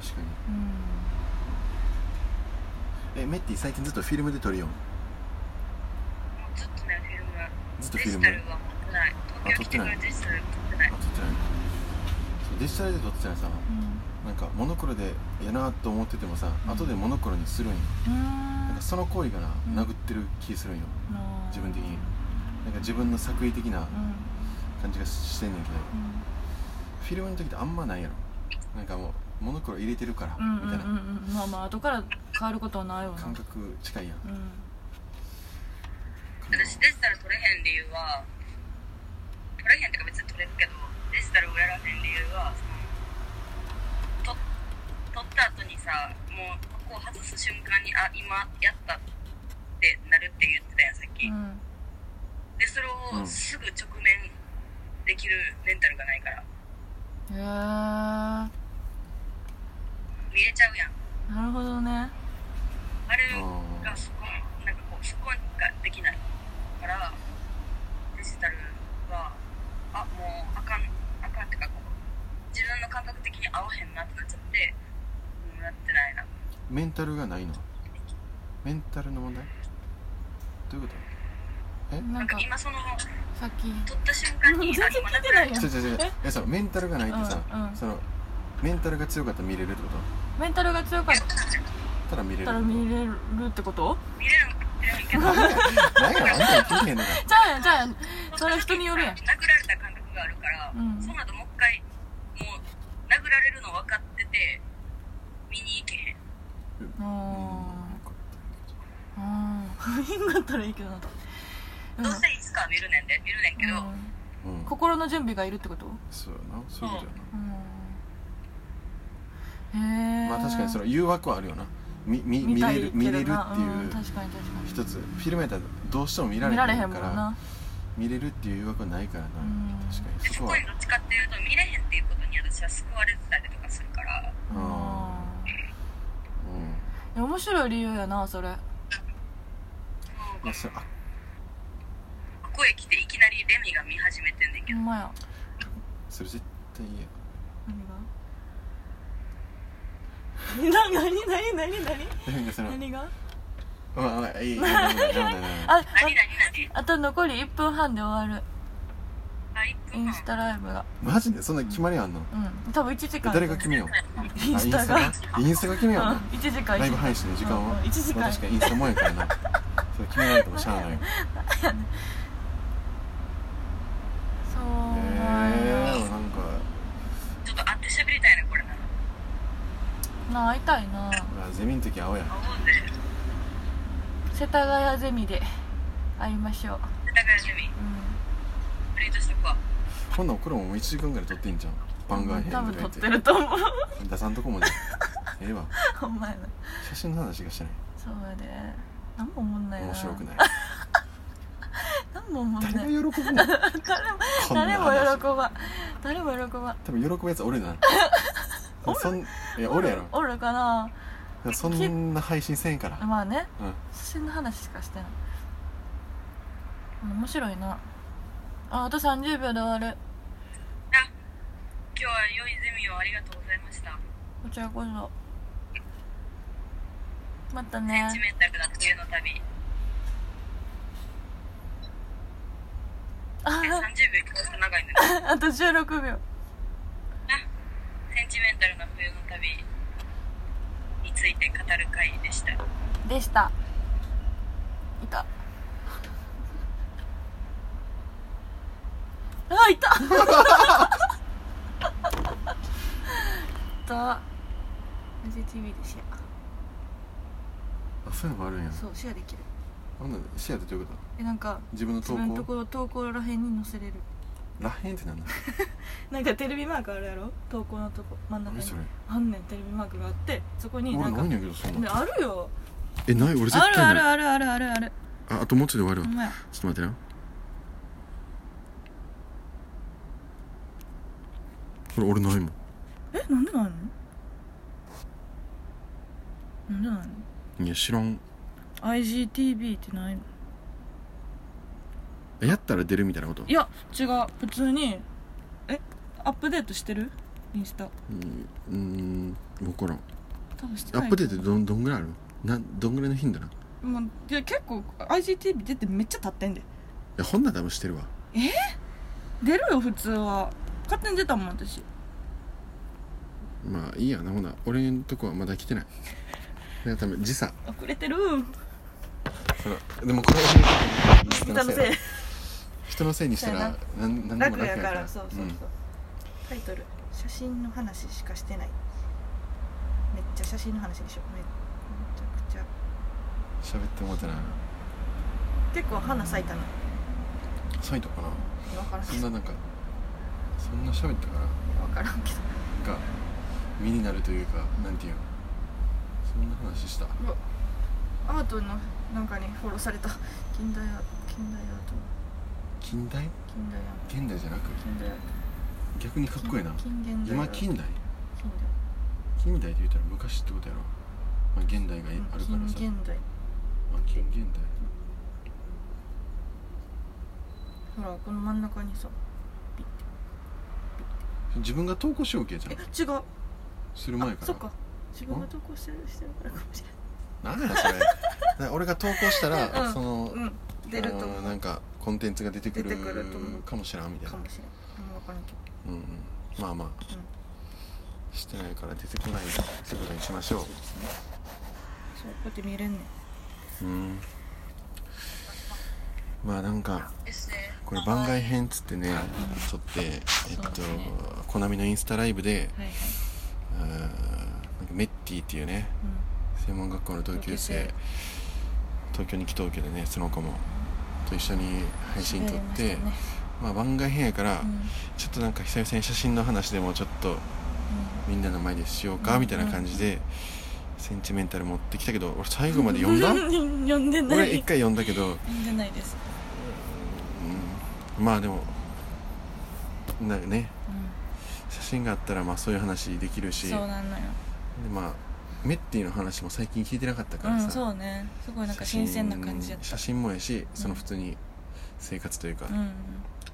確かに
うん
えメッティ最近ずっとフィルムで撮るよん
もうずっとねフィルムは
ずっと
デ
フィ
ジ
ルム
タルは持ってない東京来てからデジタル持ってない
あ撮ってないそうデジタルで撮ってたらさ
うん
なんかモノクロでやなと思っててもさ、後でモノクロにするんよ
うー
なん
ん
かその行為がな、
うん
殴ってる気するんよ
なあ
自分的になんか自分の作為的な
うん
感じがしてんねんけど
うん
フィルムの時ってあんまないやろなんかもうモノクロ入れてるから、
うんうん
みたいな
うんうんまあまあ後から変わることはないよな
感覚近いやん
うん
私デジタル取れへん理由は取れへんってか別に取れるけどデジタルをやらへん理由はそのと取った後にさもうここを外す瞬間にあ今やったってなるって言ってたやんさっき、
うん
でそれ
う
を
ん
すぐ直面できるメンタルがないから
へえな
見えちゃうやん
るほどね
あれ
あ
がそこなんかこうそこができないからデジタルはあもうあかんあかんってかこう自分の感覚的に合わへんなってなっちゃってうんなってないな
メンタルがないのメンタルの問題どういうこ
な
なん
ん
か
か
今その
さっき
撮った瞬間
全然
に
聞い
あ今な
てないやん
と違う違う違う
[laughs] え
えそうメンタルがないってさ、
うんうん
そのメンタルが強かったら見れるってこと
メンタルが強か
ただ見れる
っ
った [laughs]
ら見れるってこと
見れる見れるけ
な
ど
んやあんた言ってへんのか
ちゃうやんちゃうやんそれは人によるやん
殴られた感覚があるから、
うん
その後もう一回もう殴られるの分かってて見に行けへん
あーあー不倫だったらいいけどなと
どうせいつかは見るねんで見るねんけど、
うん
うん
心の準備がいるってこと
そうやなそういうことや
うんへえ
なまあ確かにその誘惑はあるよなみみ見
見たい
れる
けどな
見れるってい
ん
う
確かに確かに
一つフィルムやったらどうしても見られへ
見
ん
られへんもん
から
な
見れるっていう誘惑はないからな
うん
確か
で
にそ
そ
こ
こ
は
にどっちかっていうと見れへんっていうことに私は救われてたりとかするから
うんうん
うん面白い理由やなそれ
まあそれあ
ここへ来ていきなりレミが見始めてんねんけ
ほ
ど
んまや
それ絶対嫌
何が [laughs] 何何何何
何が [laughs] その
何が
まあまあ
[laughs]
いいいいいいいいいいいいあ
ああ
何何何
あと残り1分半で終わる
あ1
イ
分
ン
半
スタライブが
マジでそんな決まりあんの
うん多分1時間
誰が決めよう
インスタが
あインスタインスタが決めような
1時間
ライブ配信の時間
うん
は
うん一時間
まあ確かにインスタもんやからなそれ決められてもしゃあ
[laughs]
ないよ
そう
え
なん
ー、な
や
んか、
ちょっと会って喋りたいなこれな
なあ会いたいな
まあ、ゼミの時会おうや
会おうぜ
世田谷ゼミで会いましょう
世田谷ゼミ
う
プリントしとくわ
こんなん送るもんもう1時間ぐらい撮ってんじゃん番外
ん
編
多分
と
撮
か
って
言
ると思う [laughs]
て出さんとこまで [laughs] ええわ
ほんまやな
写真の話がしてない
そうやで何も思んないな
面白くない
何も思んない
誰が喜ぶのこんな
誰も
話
喜ばん誰も喜ばん
多分喜ぶやつおるよなそんいやおるや
おるかな
ろそんな配信せんから
まあね
うん
写真の話しかしてない面白いなああと30秒で終わる
あ今日は良いゼミをありがとうございました
こちらこそまた
セン
ね
チ [laughs] メンタルな冬の旅
あ
え30秒結構長いんだね
あと16秒
センチメンタルな冬の旅について語る会でした
でしたいた
[laughs]
あいた
さマジ TV でシェ
あそういうのがあるんや
アそうシェアできる
あんなんシェアってどういうこと
えなんか
自分の
自
投
分のと
稿
ころ投稿らへんに載せれる
らへんってなんだ
なんかテレビマークあるやろ投稿のとこ真ん中
何
に
それ
あんねんテレビマークがあってそこにな
俺
ん
ない
か
んやけどそん
で
な
あるよ
えない俺絶
あ
対
るあ
ない
る
あ
あるあるあるある
あともうちょいで終わる
ほ
わ
んまや
ちょっと待ってなこれ俺ないもん
えなんでないのなんでないの
いや知らん
IGTV ってないの
えやったら出るみたいなこと
いや違う普通にえアップデートしてるインスタ
うんうーん分からん
多分して
ア
ない
ップデートどんどんぐらいあるなんどんぐらいの頻度なんい
トもういや結構 IGTV 出てめっちゃ経ってんで
やほんなら多分してるわ
出るよ普通は勝手に出たもん私
まあいいやなほな俺んとこはまだ来
[laughs]
てないだから多分時差
遅れてる
そのでもこれは人
人のせい
人のせいにしたらなんなんでも
楽
楽
や
や
か
から
らそうそうそう、
ん
タイトル「写真の話しかしてない」めっちゃ写真の話でしょめめちゃくちゃ
喋ってもうたな
結構花咲いたな
サイトかな
分からん
そんななんかそんな喋ったかな
分からんけど
が身になるというかなんていうのそんな話した
アートのなんかにフォローされた近代アート近代アート
近代
近代アート
現代じゃなく
近代アート
逆にかっこいいな
近現代
今
アート
近代
近
近代って言ったら昔ってことやろ、まあ、現代があるからさ、
近現代
まあ、近現代
ほらこの真ん中にさ
自分が投稿しようけじゃ
え
ん
違う
する前
あ
か
そっ
ら
か自分が投稿してるしてるからかもしれない
なんだ
[laughs]
それだから俺が投稿したら、
うん
その、
うん出ると思
あ
う
のなんかコンテンツが出てくる
出てくると思う
かもしらんみたい
か
な
もしれない分からんけど
うんうんまあまあ、してないから出てこないってことにしましょう
そうこうやって見れんねん
うんまあなんか
ですね
これ番外編っつってね撮ってえっとコナミのインスタライブで
はいはい
あーなんかメッティっていうね専門学校の同級生東京に来とうけどねその子もと一緒に配信撮ってま、あ、番外編やから、ちょっとなんか久々に写真の話でもちょっとみんなの前でしようかみたいな感じでセンチメンタル持ってきたけど俺最後まで読ん
[laughs]
だ
読んでな
俺一
い
回読んだけど
読んでないです
まあでもなんかね、写真があったらまあそういう話できるし
そうなんのよ
でまあメッティの話も最近聞いてなかったか
う
らさ、
んそうねすごいなんか新鮮な感じやっ
写真写
た
真もやしその普通に生活というか、
うんうん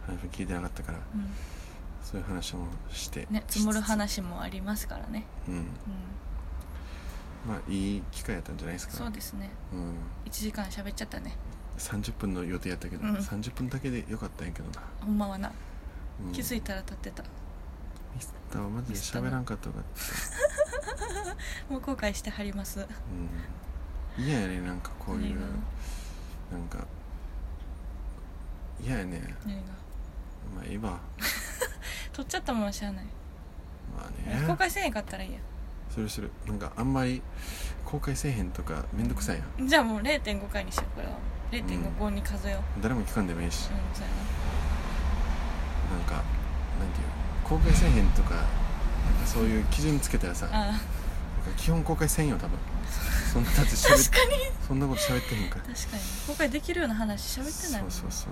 話も聞いてなかったから、
ん
そういう話もして、
ね積もる話もありますからね
うん
うん
まあいい機会やったんじゃないですか
そうですね
うん、
1時間喋っちゃったね
30分の予定やったけど、
うん
30分だけでよかったんやけどな、
ほんまはな
うん、
気づ
い
いたら立ってた
ミスターはマジで喋らんかったから
もう後悔してはります [laughs]
うん嫌やねなんかこういう
何が
なんか嫌やね
何が
まあええわ
取っちゃったもんはしゃあない
ま
公
あね
開せえへんかったらいいや
それするなんかあんまり公開せえへんとかめんどくさいやん
じゃあもう0.5回にしようこれは0.55に数えよう
誰も聞かんでもいいし
うんそうや
なんかなんていう公開せえへんとかなんかそういう基準つけたらさなんか
なああ
基本公開せんよ多分そんなだって [laughs] しゃべっそんなこと喋ってへんから
確かに公開できるような話喋ってない
そ
も
うそ
ん
うそう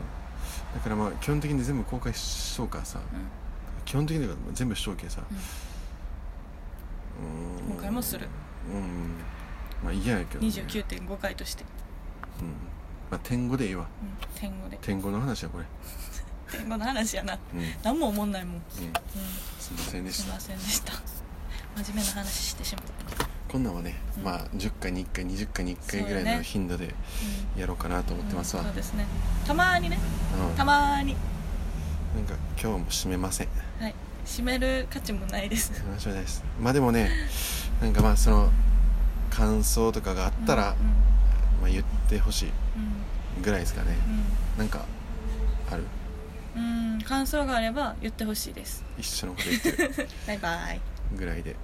だからまあ基本的に全部公開しそうからさ、
ん
基本的には全部しとうけさうーん
今回もする
うんまあ嫌やけど、ね、うん、
29.5回として、
まあ点5でええわ
うん、点5で
点5の話やこれ
点5の話やな
うん、うん、
何も思んないもん、うん、
すいませんですし
いま
た
せんでした真面目な話してしまった
こんなんはね、まあ10回に1回20回に1回ぐらい
そうよ
の
ね
頻度でやろうかなと思ってますわ、
そうですねたまーにね
うん
たまーに
なんか今日も締めません
はい締める価値もないです
そんな話はないですまあでもねなんかまあその感想とかがあったら、まあ、言ってほしいぐらいですかね、なんかある
うん、うん、感想があれば言ってほしいです [laughs]
一緒のこと言ってる
バイバイ
ぐらいで